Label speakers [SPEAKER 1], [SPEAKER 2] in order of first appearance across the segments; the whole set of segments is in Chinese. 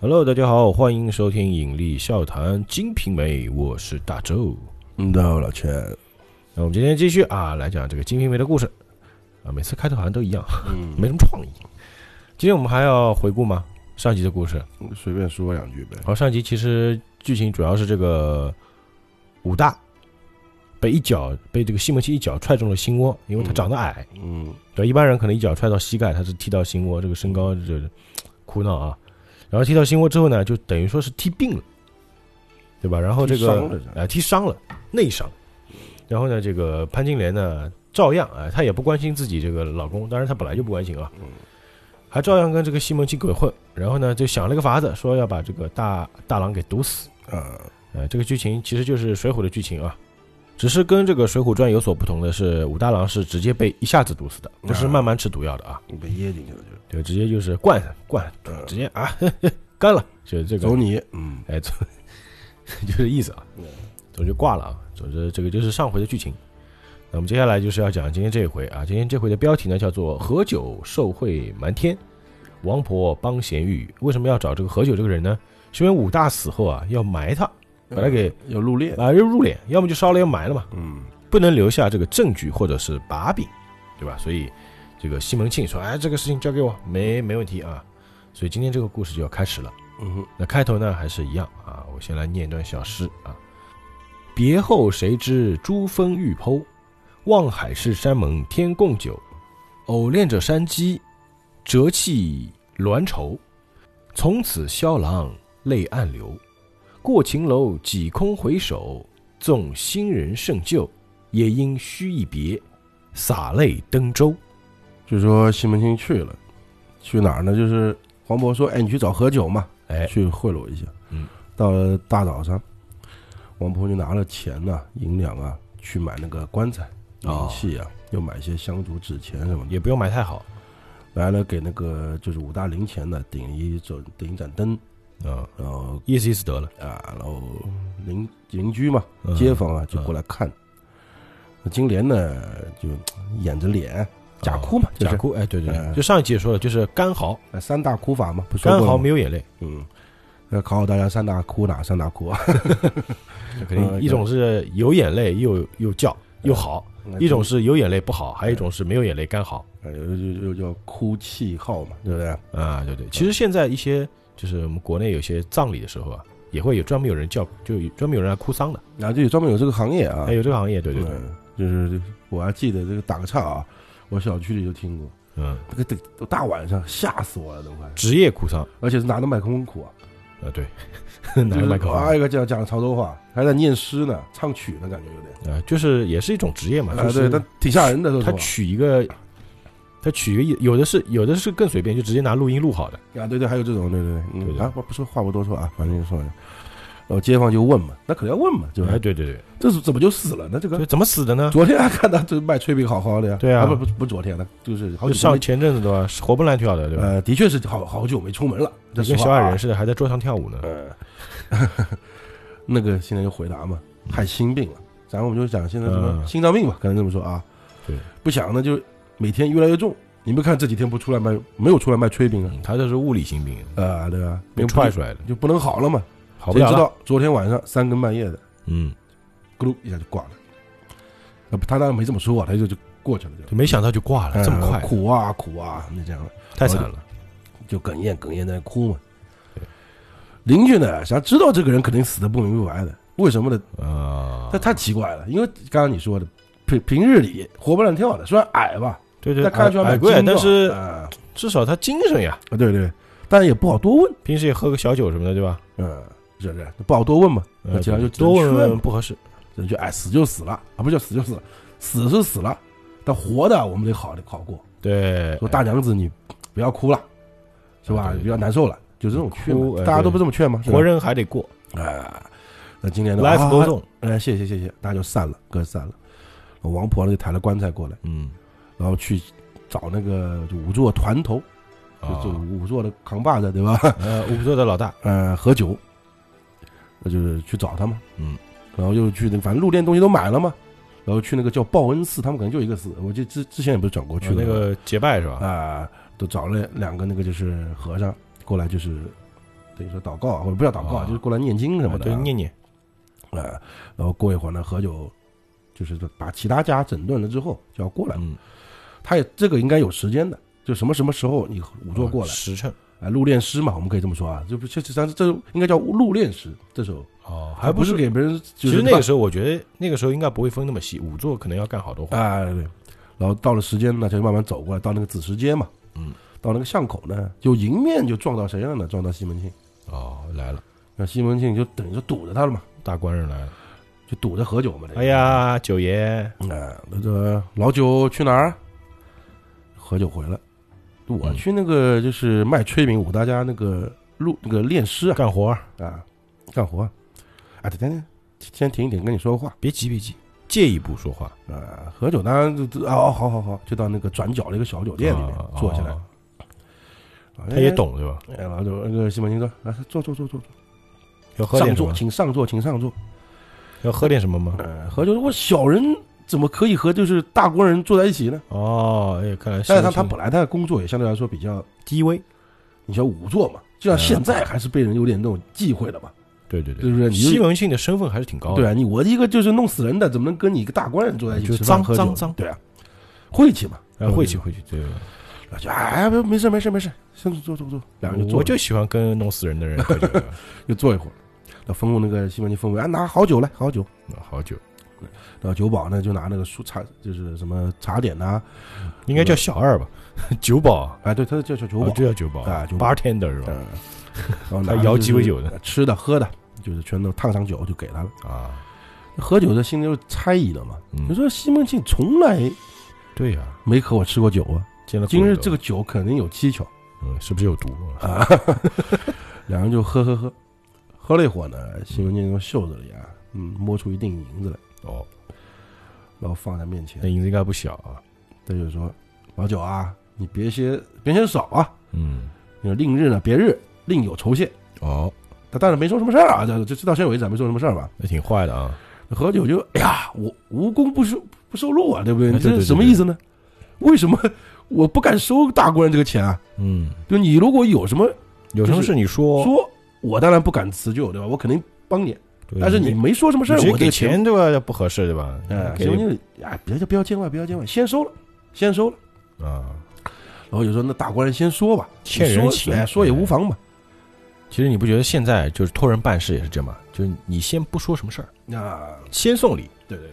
[SPEAKER 1] Hello，大家好，欢迎收听《引力笑谈金瓶梅》，我是大周。
[SPEAKER 2] 嗯，大老钱，
[SPEAKER 1] 那我们今天继续啊，来讲这个金瓶梅的故事啊。每次开头好像都一样，
[SPEAKER 2] 嗯，
[SPEAKER 1] 没什么创意。今天我们还要回顾吗？上集的故事。
[SPEAKER 2] 随便说两句呗。
[SPEAKER 1] 好，上集其实剧情主要是这个武大被一脚被这个西门庆一脚踹中了心窝，因为他长得矮，
[SPEAKER 2] 嗯
[SPEAKER 1] 对，一般人可能一脚踹到膝盖，他是踢到心窝，这个身高这苦恼啊。然后踢到心窝之后呢，就等于说是踢病了，对吧？然后这
[SPEAKER 2] 踢伤
[SPEAKER 1] 个
[SPEAKER 2] 了
[SPEAKER 1] 呃踢伤了，内伤。然后呢，这个潘金莲呢，照样啊，她也不关心自己这个老公，当然她本来就不关心啊，
[SPEAKER 2] 嗯
[SPEAKER 1] 还照样跟这个西门庆鬼混。然后呢，就想了个法子，说要把这个大大郎给毒死。
[SPEAKER 2] 啊，
[SPEAKER 1] 呃，这个剧情其实就是《水浒》的剧情啊，只是跟这个《水浒传》有所不同的是，武大郎是直接被一下子毒死的，不是慢慢吃毒药的啊，
[SPEAKER 2] 你被噎进去了就
[SPEAKER 1] 对，直接就是灌灌，
[SPEAKER 2] 嗯
[SPEAKER 1] 直接啊 呵呵干了，就是这个
[SPEAKER 2] 走，你，嗯
[SPEAKER 1] 哎，总 就是意思啊，总之挂了啊。总之，这个就是上回的剧情。那我们接下来就是要讲今天这一回啊，今天这回的标题呢叫做“何九受贿瞒天，王婆帮贤玉”。为什么要找这个何九这个人呢？是因为武大死后啊要埋他，把他给
[SPEAKER 2] 要入殓，
[SPEAKER 1] 啊，又入殓，要么就烧了，要埋了嘛，
[SPEAKER 2] 嗯，
[SPEAKER 1] 不能留下这个证据或者是把柄，对吧？所以这个西门庆说：“哎，这个事情交给我，没没问题啊。”所以今天这个故事就要开始了。
[SPEAKER 2] 嗯哼，
[SPEAKER 1] 那开头呢还是一样啊，我先来念一段小诗啊：别后谁知珠峰玉剖，望海市山盟天共久。偶恋者山鸡，折气鸾愁。从此萧郎泪暗流，过秦楼几空回首，纵新人胜旧，也因须一别，洒泪登州。
[SPEAKER 2] 就说西门庆去了，去哪儿呢？就是黄渤说，哎，你去找何九嘛，
[SPEAKER 1] 哎，
[SPEAKER 2] 去贿赂一下。
[SPEAKER 1] 嗯，
[SPEAKER 2] 到了大早上，王婆就拿了钱呐、银两啊，去买那个棺材、
[SPEAKER 1] 哦
[SPEAKER 2] 银器啊，又买一些香烛纸钱什么的，
[SPEAKER 1] 也不用买太好，
[SPEAKER 2] 来了给那个就是武大陵前的顶一盏顶一盏灯，
[SPEAKER 1] 嗯，
[SPEAKER 2] 然后
[SPEAKER 1] 意思意思得了，
[SPEAKER 2] 啊，然后邻邻居嘛，
[SPEAKER 1] 嗯
[SPEAKER 2] 街坊啊就过来看。那金莲呢，就掩着脸，假哭嘛，就
[SPEAKER 1] 假
[SPEAKER 2] 是
[SPEAKER 1] 哭，哎，对对对，
[SPEAKER 2] 嗯
[SPEAKER 1] 就上一期也说了，就是干嚎，
[SPEAKER 2] 呃三大哭法嘛，不说
[SPEAKER 1] 干
[SPEAKER 2] 过
[SPEAKER 1] 嚎
[SPEAKER 2] 吗
[SPEAKER 1] 没有眼泪，
[SPEAKER 2] 嗯，要考考大家三大哭哪三大哭啊？
[SPEAKER 1] 就肯定一种是有眼泪又又叫又嚎， 一 种是有眼泪不好，还有一种是没有眼泪干嚎
[SPEAKER 2] 呃又又又叫哭泣号嘛，对不对？
[SPEAKER 1] 啊，对对。其实现在一些就是我们国内有些葬礼的时候啊，也会有专门有人叫，就有专门有人来哭丧的，
[SPEAKER 2] 然后就有专门有这个行业啊
[SPEAKER 1] 还，有这个行哎业，对对对，
[SPEAKER 2] 嗯，就是我还记得这个打个岔啊，我小区里就听过，
[SPEAKER 1] 嗯，
[SPEAKER 2] 这个得都大晚上吓死我了都快，
[SPEAKER 1] 职业哭丧
[SPEAKER 2] 而且是拿着麦克风哭啊，
[SPEAKER 1] 啊，对， 拿着麦克风
[SPEAKER 2] 啊，一个讲讲潮州话，还在念诗呢，唱曲呢，感觉有点。
[SPEAKER 1] 啊，就是也是一种职业嘛，
[SPEAKER 2] 啊，
[SPEAKER 1] 就
[SPEAKER 2] 对，
[SPEAKER 1] 是
[SPEAKER 2] 但挺吓人的，说实
[SPEAKER 1] 他
[SPEAKER 2] 话
[SPEAKER 1] 取一个。他取一个有的是有的是更随便，就直接拿录音录好的。
[SPEAKER 2] 啊，对对，还有这种，对对对
[SPEAKER 1] 对
[SPEAKER 2] 嗯，
[SPEAKER 1] 对
[SPEAKER 2] 啊，不不说话不多说啊，反正就说，然后街坊就问嘛，那肯定要问嘛，就是
[SPEAKER 1] 哎，对对对，
[SPEAKER 2] 这是怎么就死了呢？这个
[SPEAKER 1] 就怎么死的呢？
[SPEAKER 2] 昨天还看到这卖炊饼好好的呀，
[SPEAKER 1] 对啊
[SPEAKER 2] 不不不昨天的，就是好
[SPEAKER 1] 就
[SPEAKER 2] 久
[SPEAKER 1] 上
[SPEAKER 2] 没
[SPEAKER 1] 前阵子对吧，活蹦乱跳的对吧？
[SPEAKER 2] 呃，的确是好好久没出门了，这
[SPEAKER 1] 跟
[SPEAKER 2] 啊是
[SPEAKER 1] 小矮人似的，还在桌上跳舞呢。
[SPEAKER 2] 呃，那个现在就回答嘛，害心病了。然后我们就讲现在什么
[SPEAKER 1] 嗯
[SPEAKER 2] 心脏病吧，可能这么说啊。
[SPEAKER 1] 对，
[SPEAKER 2] 不想呢，就每天越来越重。你们看这几天不出来卖，没有出来卖炊饼啊？
[SPEAKER 1] 嗯，他这是物理性病，
[SPEAKER 2] 啊，对吧？
[SPEAKER 1] 被
[SPEAKER 2] 不
[SPEAKER 1] 踹出来的，
[SPEAKER 2] 就不能好了嘛？
[SPEAKER 1] 好不
[SPEAKER 2] 谁
[SPEAKER 1] 了
[SPEAKER 2] 知
[SPEAKER 1] 了。
[SPEAKER 2] 道昨天晚上三更半夜的，
[SPEAKER 1] 嗯，
[SPEAKER 2] 咕噜一下就挂了。呃，他当然没这么说啊，他就就过去了，就
[SPEAKER 1] 就没想到就挂了，这么快
[SPEAKER 2] 呃，苦啊苦啊，那这样
[SPEAKER 1] 太惨了。
[SPEAKER 2] 就哽咽哽咽在那哭嘛
[SPEAKER 1] 对。
[SPEAKER 2] 邻居呢，想知道这个人肯定死的不明不白的，为什么呢？
[SPEAKER 1] 啊
[SPEAKER 2] 那，太奇怪了，因为刚刚你说的，平平日里活蹦乱跳的，虽然矮吧，
[SPEAKER 1] 对对，
[SPEAKER 2] 但看上去还
[SPEAKER 1] 矮矮
[SPEAKER 2] 蛮
[SPEAKER 1] 贵，
[SPEAKER 2] 精
[SPEAKER 1] 但
[SPEAKER 2] 壮
[SPEAKER 1] 是
[SPEAKER 2] 啊，
[SPEAKER 1] 至少他精神呀，
[SPEAKER 2] 对对，但也不好多问，
[SPEAKER 1] 平时也喝个小酒什么的，对吧？
[SPEAKER 2] 嗯，是不是？不好多问嘛，那
[SPEAKER 1] 呃
[SPEAKER 2] 其他就只能
[SPEAKER 1] 多问
[SPEAKER 2] 劝
[SPEAKER 1] 问
[SPEAKER 2] 嘛
[SPEAKER 1] 不合适。
[SPEAKER 2] 人就哎死就死了啊，不叫死就死了，死是死了，但活的我们得好得好过。
[SPEAKER 1] 对，
[SPEAKER 2] 说大娘子你不要哭了，是吧？
[SPEAKER 1] 对
[SPEAKER 2] 不要难受了，就这种劝嘛
[SPEAKER 1] 哭哎，
[SPEAKER 2] 大家都
[SPEAKER 1] 对
[SPEAKER 2] 不这么劝吗？是吧
[SPEAKER 1] 活人还得过
[SPEAKER 2] 啊，那今年呢
[SPEAKER 1] ，life
[SPEAKER 2] 啊
[SPEAKER 1] goes on。
[SPEAKER 2] 哎，谢谢谢谢，大家就散了，各散了。王婆呢就抬了棺材过来，
[SPEAKER 1] 嗯，
[SPEAKER 2] 然后去找那个就仵作团头，
[SPEAKER 1] 啊
[SPEAKER 2] 就是仵作的扛把子，对吧？
[SPEAKER 1] 呃，五座的老大，
[SPEAKER 2] 呃，何九，那就是去找他嘛。
[SPEAKER 1] 嗯，
[SPEAKER 2] 然后又去那个，反正路边东西都买了嘛，然后去那个叫报恩寺，他们可能就一个寺，我记得之之前也不是讲过去
[SPEAKER 1] 去呃哦那个结拜是
[SPEAKER 2] 啊、
[SPEAKER 1] 吧？
[SPEAKER 2] 都找了两个那个就是和尚过来，就是等于说祷告啊，或者不叫祷告啊，
[SPEAKER 1] 啊
[SPEAKER 2] 就是过来念经什么的啊，
[SPEAKER 1] 对，念念，
[SPEAKER 2] 呃，然后过一会儿呢，何九就是把其他家整顿了之后就要过来了，
[SPEAKER 1] 嗯，
[SPEAKER 2] 他也这个应该有时间的，就什么什么时候你仵作过来，
[SPEAKER 1] 时辰
[SPEAKER 2] 啊，入殓师嘛，我们可以这么说啊，这不这这这这应该叫入殓师，这时候
[SPEAKER 1] 哦，
[SPEAKER 2] 还
[SPEAKER 1] 还
[SPEAKER 2] 不
[SPEAKER 1] 不
[SPEAKER 2] 是
[SPEAKER 1] 是。
[SPEAKER 2] 给别人，
[SPEAKER 1] 其
[SPEAKER 2] 就是
[SPEAKER 1] 实那个
[SPEAKER 2] 到
[SPEAKER 1] 时候，我觉得那个时候应该不会分那么细，仵作可能要干好多活。
[SPEAKER 2] 啊，对，然后到了时间呢，他就慢慢走过来，到那个子时街嘛，
[SPEAKER 1] 嗯，
[SPEAKER 2] 到那个巷口呢，就迎面就撞到谁了呢？撞到西门庆，
[SPEAKER 1] 哦，来了，
[SPEAKER 2] 那西门庆就等于说堵着他了嘛，
[SPEAKER 1] 大官人来了。
[SPEAKER 2] 就堵着何九嘛，这个
[SPEAKER 1] 哎，呀，九爷，
[SPEAKER 2] 啊，那个老九去哪儿？何九回了，我
[SPEAKER 1] 嗯
[SPEAKER 2] 去那个就是卖炊饼舞大家那个路那个练师啊
[SPEAKER 1] 干活儿，
[SPEAKER 2] 啊，干活啊，啊，等等等，先停一停，跟你说个话。
[SPEAKER 1] 别急别急，借一步说话。
[SPEAKER 2] 啊，何九呢？就就哦，好好好，就到那个转角的一个小酒店里面
[SPEAKER 1] 啊
[SPEAKER 2] 坐下来。
[SPEAKER 1] 哦
[SPEAKER 2] 啊
[SPEAKER 1] 他也。懂是吧？
[SPEAKER 2] 哎，老九，那个西门庆说：“来，坐坐坐坐
[SPEAKER 1] 要
[SPEAKER 2] 坐，
[SPEAKER 1] 喝
[SPEAKER 2] 上
[SPEAKER 1] 点什么
[SPEAKER 2] 座，？请上座，请上座。
[SPEAKER 1] 要喝点什么吗”？
[SPEAKER 2] 呃，何九说：“我小人怎么可以和就是大官人坐在一起呢？
[SPEAKER 1] 哦，哎，看来
[SPEAKER 2] 但是他
[SPEAKER 1] 是
[SPEAKER 2] 他本来他的工作也相对来说比较，
[SPEAKER 1] 低微，
[SPEAKER 2] 你像仵作嘛，就像
[SPEAKER 1] 嗯
[SPEAKER 2] 现在还是被人有点那种忌讳的嘛，
[SPEAKER 1] 对对对
[SPEAKER 2] 对，不对？你就
[SPEAKER 1] 西门庆的身份还是挺高的。
[SPEAKER 2] 对啊，你我一个就是弄死人的，怎么能跟你一个大官人坐在一起
[SPEAKER 1] 就
[SPEAKER 2] 吃饭
[SPEAKER 1] 脏
[SPEAKER 2] 喝酒
[SPEAKER 1] 脏
[SPEAKER 2] 呢
[SPEAKER 1] 脏
[SPEAKER 2] 对啊，晦气嘛，
[SPEAKER 1] 哎，晦气晦气，对，
[SPEAKER 2] 然后就哎，没没事没事没事，先坐坐坐，两个人就坐
[SPEAKER 1] 我
[SPEAKER 2] 了。
[SPEAKER 1] 就喜欢跟弄死人 的人喝酒，啊
[SPEAKER 2] 就坐一会儿。那风控那个西门庆氛围啊，拿好酒来，好酒。
[SPEAKER 1] 嗯好酒，
[SPEAKER 2] 然后酒保呢就拿那个书茶，就是什么茶点呐、
[SPEAKER 1] 应该叫小二吧？ 酒保，
[SPEAKER 2] 啊，对，他叫叫酒保
[SPEAKER 1] 哦，，就叫酒保
[SPEAKER 2] 啊酒保
[SPEAKER 1] ，bartender 是吧？
[SPEAKER 2] 嗯，然后拿
[SPEAKER 1] 他摇鸡尾酒的
[SPEAKER 2] 就是吃的喝的，就是全都烫上酒就给他了。
[SPEAKER 1] 啊，
[SPEAKER 2] 喝酒的心里就猜疑了嘛，
[SPEAKER 1] 嗯
[SPEAKER 2] 嗯你说西门庆从来
[SPEAKER 1] 对呀，
[SPEAKER 2] 没和我吃过酒啊，
[SPEAKER 1] 见了
[SPEAKER 2] 今
[SPEAKER 1] 鬼
[SPEAKER 2] 日
[SPEAKER 1] 了
[SPEAKER 2] 这个，酒肯定有蹊跷
[SPEAKER 1] 嗯，是不是有毒？
[SPEAKER 2] 啊。 两人就喝喝喝，喝了一会儿呢，西门庆从袖子里啊，嗯，摸出一锭银子来，
[SPEAKER 1] 哦，
[SPEAKER 2] 然后放在面前
[SPEAKER 1] 那，银子应该不小啊，
[SPEAKER 2] 他就说：“老九啊，你别嫌别嫌少啊，
[SPEAKER 1] 嗯，
[SPEAKER 2] 你说另日呢，别日另有酬谢。
[SPEAKER 1] 哦，”
[SPEAKER 2] 他当然没说什么事儿啊，就就就到现在为止还没说什么事儿吧。
[SPEAKER 1] 那挺坏的啊，
[SPEAKER 2] 何九就哎呀，我无功不受不受禄啊，对不对？
[SPEAKER 1] 哎
[SPEAKER 2] 你
[SPEAKER 1] 对
[SPEAKER 2] 这
[SPEAKER 1] 对
[SPEAKER 2] 是
[SPEAKER 1] 对
[SPEAKER 2] 什么意思呢？为什么我不敢收大官人这个钱啊？
[SPEAKER 1] 嗯，
[SPEAKER 2] 就你如果有什么
[SPEAKER 1] 有什么
[SPEAKER 2] 就是
[SPEAKER 1] 事你说，
[SPEAKER 2] 说，我当然不敢辞旧，对吧？我肯定帮你，
[SPEAKER 1] 对
[SPEAKER 2] 但是你没说什么事儿
[SPEAKER 1] 直，接
[SPEAKER 2] 我这
[SPEAKER 1] 给
[SPEAKER 2] 个钱，
[SPEAKER 1] 钱对吧？不合适对吧？嗯
[SPEAKER 2] 哎，
[SPEAKER 1] 给
[SPEAKER 2] 西门庆就哎，别就不要见外，不要见外，先收了，先收了。
[SPEAKER 1] 啊，
[SPEAKER 2] 然后就说那大官人先说吧，
[SPEAKER 1] 欠人
[SPEAKER 2] 说
[SPEAKER 1] 情
[SPEAKER 2] 哎说也无妨嘛。
[SPEAKER 1] 其实你不觉得现在就是托人办事也是这样吗？就是你先不说什么事儿，
[SPEAKER 2] 那
[SPEAKER 1] 先送礼，
[SPEAKER 2] 对对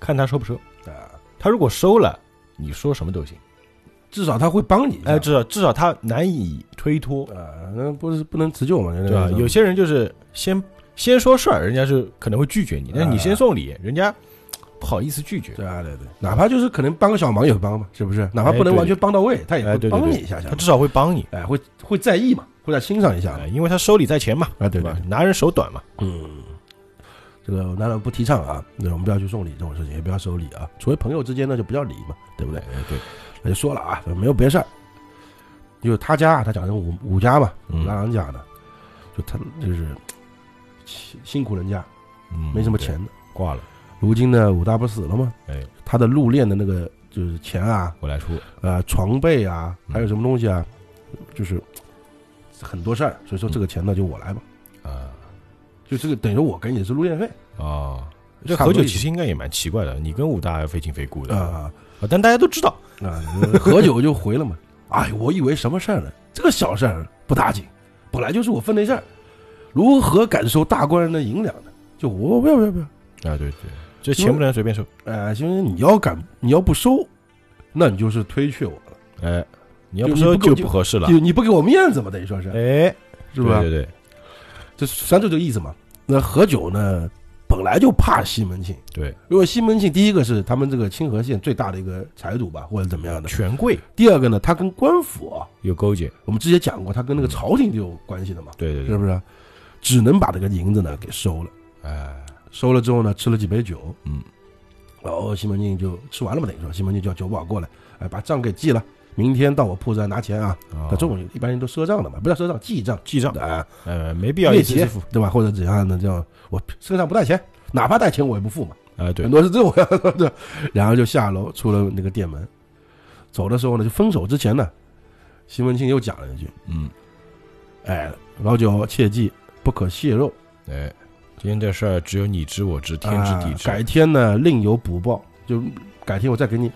[SPEAKER 1] 看他收不收。
[SPEAKER 2] 对啊，
[SPEAKER 1] 他如果收了，你说什么都行。
[SPEAKER 2] 至少他会帮你。
[SPEAKER 1] 哎，
[SPEAKER 2] 这
[SPEAKER 1] 至少至少他难以推脱，
[SPEAKER 2] 啊，那不是不能辞旧嘛，
[SPEAKER 1] 对吧？有些人就是先先说事儿，人家是可能会拒绝你，但是你先送礼，人家不好意思拒绝，
[SPEAKER 2] 对啊对对，哪怕就是可能帮个小忙也会帮嘛，是不是？哪怕
[SPEAKER 1] 哎
[SPEAKER 2] 不能
[SPEAKER 1] 对
[SPEAKER 2] 完全帮到位，他也
[SPEAKER 1] 哎
[SPEAKER 2] 会
[SPEAKER 1] 对对
[SPEAKER 2] 帮
[SPEAKER 1] 对
[SPEAKER 2] 你一下下
[SPEAKER 1] 他，至少会帮你，
[SPEAKER 2] 哎，会会在意嘛，会在欣赏一下
[SPEAKER 1] 哎因为他收礼在前嘛，
[SPEAKER 2] 啊，对
[SPEAKER 1] 吧
[SPEAKER 2] 吧？？
[SPEAKER 1] 拿人手短嘛，
[SPEAKER 2] 嗯，这个当然不提倡啊，那我们不要去送礼这种事情，也不要收礼啊，除非朋友之间呢就不叫礼嘛，对不对？
[SPEAKER 1] 哎？对，
[SPEAKER 2] 那就说了啊，没有别事儿，就是他家他讲的武武家嘛，武大
[SPEAKER 1] 嗯
[SPEAKER 2] 郎家的，就他就是辛辛苦人家，
[SPEAKER 1] 嗯
[SPEAKER 2] 没什么钱，的。
[SPEAKER 1] 对挂了，
[SPEAKER 2] 如今呢，武大不是死了吗？
[SPEAKER 1] 哎，
[SPEAKER 2] 他的入殓的那个就是钱啊，
[SPEAKER 1] 我来出，
[SPEAKER 2] 呃，床被啊，
[SPEAKER 1] 嗯
[SPEAKER 2] 还有什么东西啊，就是很多事儿，所
[SPEAKER 1] 嗯
[SPEAKER 2] 以说这个钱呢就我来吧，
[SPEAKER 1] 啊
[SPEAKER 2] 就这个等于我给你的是入殓费
[SPEAKER 1] 哦。这
[SPEAKER 2] 差不
[SPEAKER 1] 何
[SPEAKER 2] 多
[SPEAKER 1] 九
[SPEAKER 2] 意思
[SPEAKER 1] 其实应该也蛮奇怪的，你跟武大非亲非故的
[SPEAKER 2] 啊
[SPEAKER 1] 啊但大家都知道，
[SPEAKER 2] 啊， 何九就回了嘛，哎，我以为什么事儿呢？这个小事儿不打紧，本来就是我分内事儿，如何感受大官人的银两呢？就我不要不要不要，
[SPEAKER 1] 啊，对对，这钱不能随便收。
[SPEAKER 2] 呃，行行，你要敢你要不收，那你就是推却我了，
[SPEAKER 1] 哎，你要
[SPEAKER 2] 就
[SPEAKER 1] 不
[SPEAKER 2] 你
[SPEAKER 1] 收
[SPEAKER 2] 不给
[SPEAKER 1] 就
[SPEAKER 2] 我
[SPEAKER 1] 不合适了
[SPEAKER 2] 就，你不给我面子嘛，等于说是
[SPEAKER 1] 哎，
[SPEAKER 2] 是不是？
[SPEAKER 1] 对对对
[SPEAKER 2] 这咱就这个意思嘛。那何九呢，本来就怕西门庆，
[SPEAKER 1] 对，
[SPEAKER 2] 因为西门庆第一个是他们这个清河县最大的一个财主吧，或者怎么样的；
[SPEAKER 1] 权贵
[SPEAKER 2] 第二个呢，他跟官府啊，
[SPEAKER 1] 有勾结，
[SPEAKER 2] 我们之前讲过，他跟那个朝廷就有关系的嘛，
[SPEAKER 1] 对对
[SPEAKER 2] 是
[SPEAKER 1] 对，
[SPEAKER 2] 不是？只能把这个银子呢给收了，
[SPEAKER 1] 哎，
[SPEAKER 2] 收了之后呢，吃了几杯酒，
[SPEAKER 1] 嗯，
[SPEAKER 2] 然后西门庆就吃完了嘛，等于说西门庆叫酒保过来，哎，把账给记了，明天到我铺子来拿钱啊。那这
[SPEAKER 1] 中
[SPEAKER 2] 种一般人都赊账的嘛，不叫赊账，记账，
[SPEAKER 1] 哦记账，
[SPEAKER 2] 啊，
[SPEAKER 1] 呃，没必要
[SPEAKER 2] 月
[SPEAKER 1] 一次
[SPEAKER 2] 结
[SPEAKER 1] 支付，
[SPEAKER 2] 对吧？或者怎样的这样，我身上不带钱，哪怕带钱我也不付嘛。
[SPEAKER 1] 啊，对
[SPEAKER 2] 很，多是这种 样子的。然后就下楼出了那个店门，走的时候呢，就分手之前呢，西门庆又讲了一句
[SPEAKER 1] 嗯，：“
[SPEAKER 2] 哎，老九切记不可泄露，
[SPEAKER 1] 哎，今天这事儿只有你知我知，天知地
[SPEAKER 2] 啊
[SPEAKER 1] 知。
[SPEAKER 2] 改天呢另有补报，就改天我再给你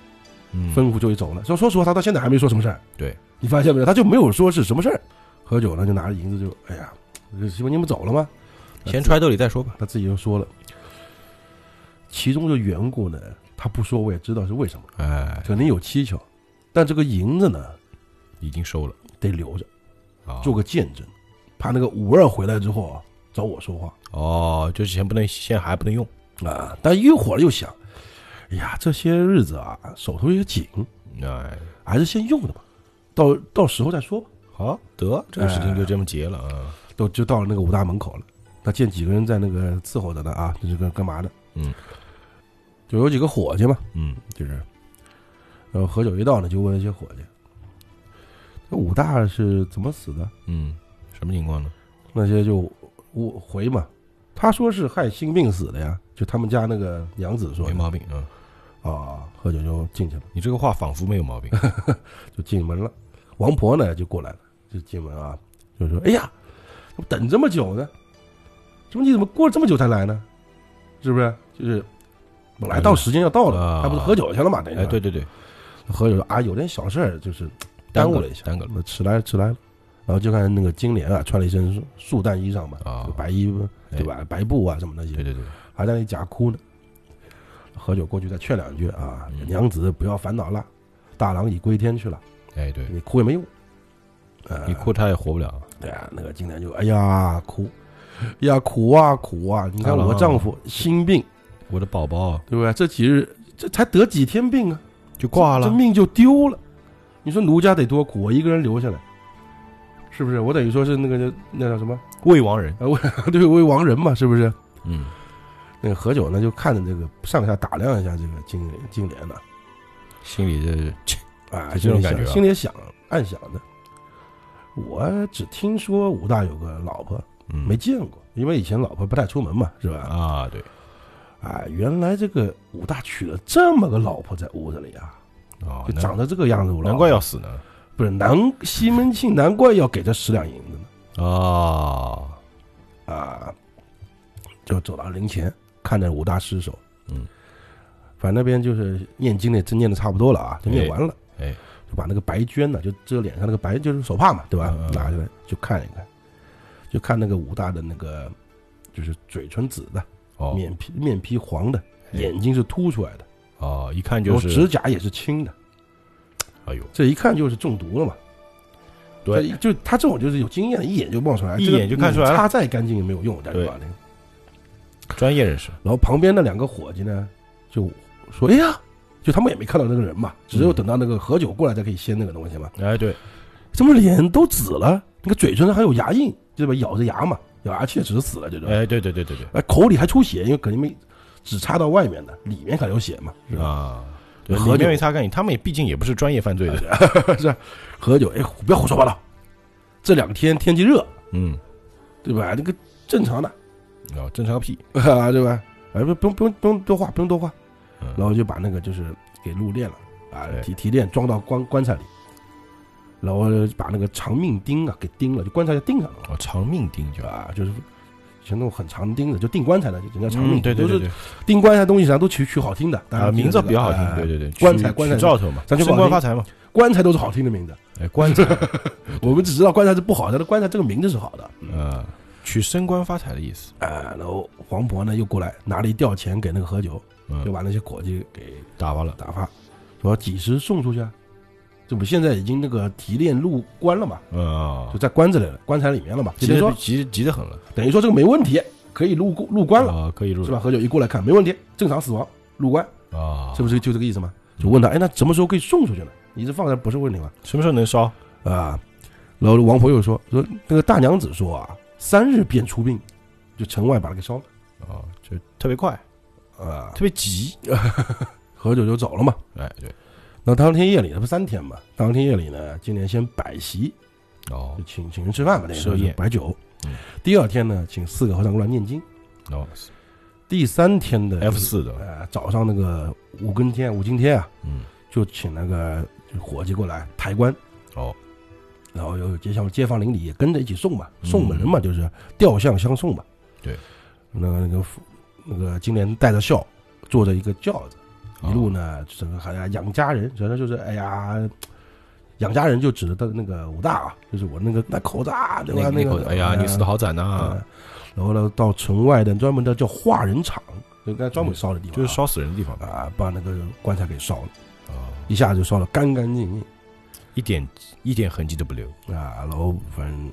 [SPEAKER 1] 嗯
[SPEAKER 2] 吩咐就一走了。说说实话，他到现在还没说什么事儿。
[SPEAKER 1] 对，
[SPEAKER 2] 你发现没有？他就没有说是什么事儿。喝酒了就拿着银子就，哎呀，媳妇你们走了吗？
[SPEAKER 1] 先揣兜里再说吧。
[SPEAKER 2] 他自己又说了，其中的缘故呢，他不说我也知道是为什么，
[SPEAKER 1] 哎，
[SPEAKER 2] 肯定有蹊跷。但这个银子呢，
[SPEAKER 1] 已经收了
[SPEAKER 2] 得留着
[SPEAKER 1] 啊。
[SPEAKER 2] 做个见证，怕那个五二回来之后啊找我说话
[SPEAKER 1] 哦，就之前不能，现在还不能用。
[SPEAKER 2] 啊。但一会儿又想，哎呀，这些日子啊手头也紧，
[SPEAKER 1] 哎，
[SPEAKER 2] 还是先用着吧，到到时候再说吧。
[SPEAKER 1] 好，哎得这个事情就这么结了啊。
[SPEAKER 2] 都就到了那个武大门口了，他见几个人在那个伺候着呢啊，就是干干嘛的，
[SPEAKER 1] 嗯，
[SPEAKER 2] 就有几个伙计嘛，
[SPEAKER 1] 嗯
[SPEAKER 2] 就是，然后何九一到呢，就问那些伙计，这武大是怎么死的？
[SPEAKER 1] 嗯，什么情况呢？
[SPEAKER 2] 那些就我回嘛，他说是害心病死的呀，就他们家那个娘子说
[SPEAKER 1] 没
[SPEAKER 2] 的
[SPEAKER 1] 毛病啊。
[SPEAKER 2] 啊，何九就进去了，
[SPEAKER 1] 你这个话仿佛没有 毛病。
[SPEAKER 2] 就进门了，王婆呢就过来了，就进门啊，就说，哎呀，怎么等这么久呢？怎么你怎么过了这么久才来呢？是不是？就是本来到时间要到了，
[SPEAKER 1] 啊
[SPEAKER 2] 他不是喝酒去了嘛？等于
[SPEAKER 1] 哎，对对对，
[SPEAKER 2] 喝酒说啊，有点小事儿，就是
[SPEAKER 1] 耽搁
[SPEAKER 2] 耽误
[SPEAKER 1] 了
[SPEAKER 2] 了一下，
[SPEAKER 1] 耽搁了。
[SPEAKER 2] 我呃迟来了迟来了。然后就看那个金莲啊，穿了一身素素淡衣裳嘛，
[SPEAKER 1] 啊
[SPEAKER 2] 就白衣服
[SPEAKER 1] 哎
[SPEAKER 2] 对吧？白布啊什么那些，
[SPEAKER 1] 对对对，
[SPEAKER 2] 还在那里假哭呢。何九过去再劝两句啊，
[SPEAKER 1] 嗯
[SPEAKER 2] 娘子不要烦恼了，大郎已归天去了，
[SPEAKER 1] 哎对，
[SPEAKER 2] 你哭也没用。呃
[SPEAKER 1] 你哭他也活不了。
[SPEAKER 2] 对啊，那个金莲就哎呀哭，哎呀苦啊苦啊！你看我丈夫心病，
[SPEAKER 1] 我的宝宝啊
[SPEAKER 2] 对不对？这几日这才得几天病啊，
[SPEAKER 1] 就挂
[SPEAKER 2] 这
[SPEAKER 1] 了
[SPEAKER 2] 这。命就丢了。你说奴家得多苦，我一个人留下来，是不是？我等于说是那个那叫什么？
[SPEAKER 1] 未亡人。
[SPEAKER 2] 呃，我对为亡人嘛，是不是？
[SPEAKER 1] 嗯，
[SPEAKER 2] 那个何九呢，就看着这个上下打量一下这个金莲金莲呢，
[SPEAKER 1] 心里这切
[SPEAKER 2] 啊，
[SPEAKER 1] 就这种感觉啊
[SPEAKER 2] 心里想暗想的，我只听说武大有个老婆，
[SPEAKER 1] 嗯
[SPEAKER 2] 没见过，因为以前老婆不太出门嘛，是吧？
[SPEAKER 1] 啊，对
[SPEAKER 2] 啊，原来这个武大娶了这么个老婆在屋子里啊，
[SPEAKER 1] 啊，
[SPEAKER 2] 就
[SPEAKER 1] 难
[SPEAKER 2] 长得这个样子，我老
[SPEAKER 1] 难怪要死呢。
[SPEAKER 2] 不是南西门庆，难怪要给这十两银子呢
[SPEAKER 1] 啊，
[SPEAKER 2] 啊！就走到灵前，看着武大失手，
[SPEAKER 1] 嗯，
[SPEAKER 2] 反正那边就是念经的，真念的差不多了啊，就念完了，
[SPEAKER 1] 哎哎
[SPEAKER 2] 就把那个白绢呢，就遮脸上那个白就是手帕嘛，对吧？
[SPEAKER 1] 嗯嗯嗯
[SPEAKER 2] 拿下来就看一看，就看那个武大的那个就是嘴唇紫的，
[SPEAKER 1] 哦，
[SPEAKER 2] 面皮面皮黄的，
[SPEAKER 1] 哎
[SPEAKER 2] 眼睛是凸出来的，
[SPEAKER 1] 哦，一看
[SPEAKER 2] 然
[SPEAKER 1] 就
[SPEAKER 2] 后指
[SPEAKER 1] 是，
[SPEAKER 2] 甲也是青的，
[SPEAKER 1] 哎呦，
[SPEAKER 2] 这一看就是中毒了嘛。
[SPEAKER 1] 对，
[SPEAKER 2] 这就他这种就是有经验的，一眼就望出来，
[SPEAKER 1] 一
[SPEAKER 2] 这个
[SPEAKER 1] 眼就看出来
[SPEAKER 2] 你
[SPEAKER 1] 了
[SPEAKER 2] 擦再干净也没有用，我感觉
[SPEAKER 1] 对
[SPEAKER 2] 吧那个。
[SPEAKER 1] 专业人士，
[SPEAKER 2] 然后旁边那两个伙计呢，就说：“哎呀，就他们也没看到那个人嘛，只有等到那个何九过来才可以掀那个东西嘛。
[SPEAKER 1] 哎，对，
[SPEAKER 2] 怎么脸都紫了？那个嘴唇上还有牙印，对吧？咬着牙嘛，咬牙切齿死了这种。
[SPEAKER 1] 哎，对对对对
[SPEAKER 2] 哎，口里还出血，因为肯定没只插到外面的，里面可能有血嘛。是
[SPEAKER 1] 对，
[SPEAKER 2] 吧
[SPEAKER 1] 啊，
[SPEAKER 2] 对
[SPEAKER 1] 和
[SPEAKER 2] 合
[SPEAKER 1] 面
[SPEAKER 2] 理
[SPEAKER 1] 没擦干净，他们也毕竟也不是专业犯罪
[SPEAKER 2] 啊
[SPEAKER 1] 的，
[SPEAKER 2] 何九，哎，不要胡说八道。这两天天气热，
[SPEAKER 1] 嗯，
[SPEAKER 2] 对吧？那个正常的，
[SPEAKER 1] 哦，正常个屁，
[SPEAKER 2] 啊， 对吧？哎，不，不用，不用，不用多话，不用多话。
[SPEAKER 1] 嗯
[SPEAKER 2] 然后就把那个就是给入殓了啊
[SPEAKER 1] 对，
[SPEAKER 2] 提提炼装到棺棺材里，然后把那个长命钉啊给钉了，就棺材就钉上了
[SPEAKER 1] 哦，长命钉就，
[SPEAKER 2] 啊，就是像那种很长的钉子，就钉棺材的，就人家长命钉，
[SPEAKER 1] 嗯，对对对
[SPEAKER 2] 就是
[SPEAKER 1] 对，
[SPEAKER 2] 钉棺材东西上都取取好听的，大
[SPEAKER 1] 啊，
[SPEAKER 2] 家记得
[SPEAKER 1] 名字
[SPEAKER 2] 这个
[SPEAKER 1] 比较好听，
[SPEAKER 2] 哎
[SPEAKER 1] 对对对，
[SPEAKER 2] 棺
[SPEAKER 1] 取
[SPEAKER 2] 材棺材
[SPEAKER 1] 取兆头嘛，
[SPEAKER 2] 咱就
[SPEAKER 1] 升
[SPEAKER 2] 不好
[SPEAKER 1] 官
[SPEAKER 2] 听
[SPEAKER 1] 发财嘛，
[SPEAKER 2] 哎棺材都是好听的名字，
[SPEAKER 1] 哎，棺材，
[SPEAKER 2] 我们只知道棺材是不好，但是棺材这个名字是好的。
[SPEAKER 1] 啊，取升官发财的意思，
[SPEAKER 2] 啊，然后黄婆呢又过来拿了一吊钱给那个何九，就
[SPEAKER 1] 嗯，
[SPEAKER 2] 把那些伙计给
[SPEAKER 1] 打发了，
[SPEAKER 2] 打发，说几时送出去啊？这不现在已经那个提炼入棺了嘛，
[SPEAKER 1] 嗯啊
[SPEAKER 2] 就，在棺材里了，棺材里面了嘛。
[SPEAKER 1] 急
[SPEAKER 2] 等于
[SPEAKER 1] 得
[SPEAKER 2] 说，
[SPEAKER 1] 急急得很了，
[SPEAKER 2] 等于说这个没问题，可以入入棺了，
[SPEAKER 1] 啊，可以入
[SPEAKER 2] 是吧？何九一过来看，没问题，正常死亡入棺，
[SPEAKER 1] 吧？啊，
[SPEAKER 2] 是不是就这个意思嘛？就问他，哎，那什么时候可以送出去呢？你这放在不是问题吗？
[SPEAKER 1] 什么时候能烧？
[SPEAKER 2] 啊，然后王婆又说，说那个大娘子说啊，三日便出殡，就城外把他给烧了。
[SPEAKER 1] 啊，就特别快，
[SPEAKER 2] 啊，
[SPEAKER 1] 特别急，
[SPEAKER 2] 何九就走了嘛。
[SPEAKER 1] 哎，对，
[SPEAKER 2] 那当天夜里，他不三天嘛？当天夜里呢，今年先摆席，
[SPEAKER 1] 哦
[SPEAKER 2] 就请请人吃饭吧，那
[SPEAKER 1] 设宴
[SPEAKER 2] 摆酒
[SPEAKER 1] 嗯。
[SPEAKER 2] 第二天呢，请四个和尚过来念经。
[SPEAKER 1] 哦
[SPEAKER 2] 第三天的
[SPEAKER 1] ，F 四的，
[SPEAKER 2] 呃，早上那个五更天、五更天啊，
[SPEAKER 1] 嗯，
[SPEAKER 2] 就请那个伙计过来抬棺，
[SPEAKER 1] 哦，
[SPEAKER 2] 然后有街巷街坊邻里也跟着一起送嘛，送门嘛，就是吊项相送嘛。
[SPEAKER 1] 嗯对，
[SPEAKER 2] 那个那个夫那个金莲带着笑，坐着一个轿子，
[SPEAKER 1] 啊
[SPEAKER 2] 一路呢，整个好像养家人，主要就是哎呀，养家人就指着他那个武大啊，就是我那个那口子啊，对吧？
[SPEAKER 1] 那
[SPEAKER 2] 个
[SPEAKER 1] 口子，哎呀，你死的好惨呐
[SPEAKER 2] 嗯，然后呢，到城外的专门的叫化人场，就刚才专门烧的地方啊、
[SPEAKER 1] 就是烧死人的地方吧？
[SPEAKER 2] 啊，把那个棺材给烧了，
[SPEAKER 1] 啊，
[SPEAKER 2] 一下就烧得干干净净
[SPEAKER 1] 一点一点痕迹都不留，
[SPEAKER 2] 啊。然后反正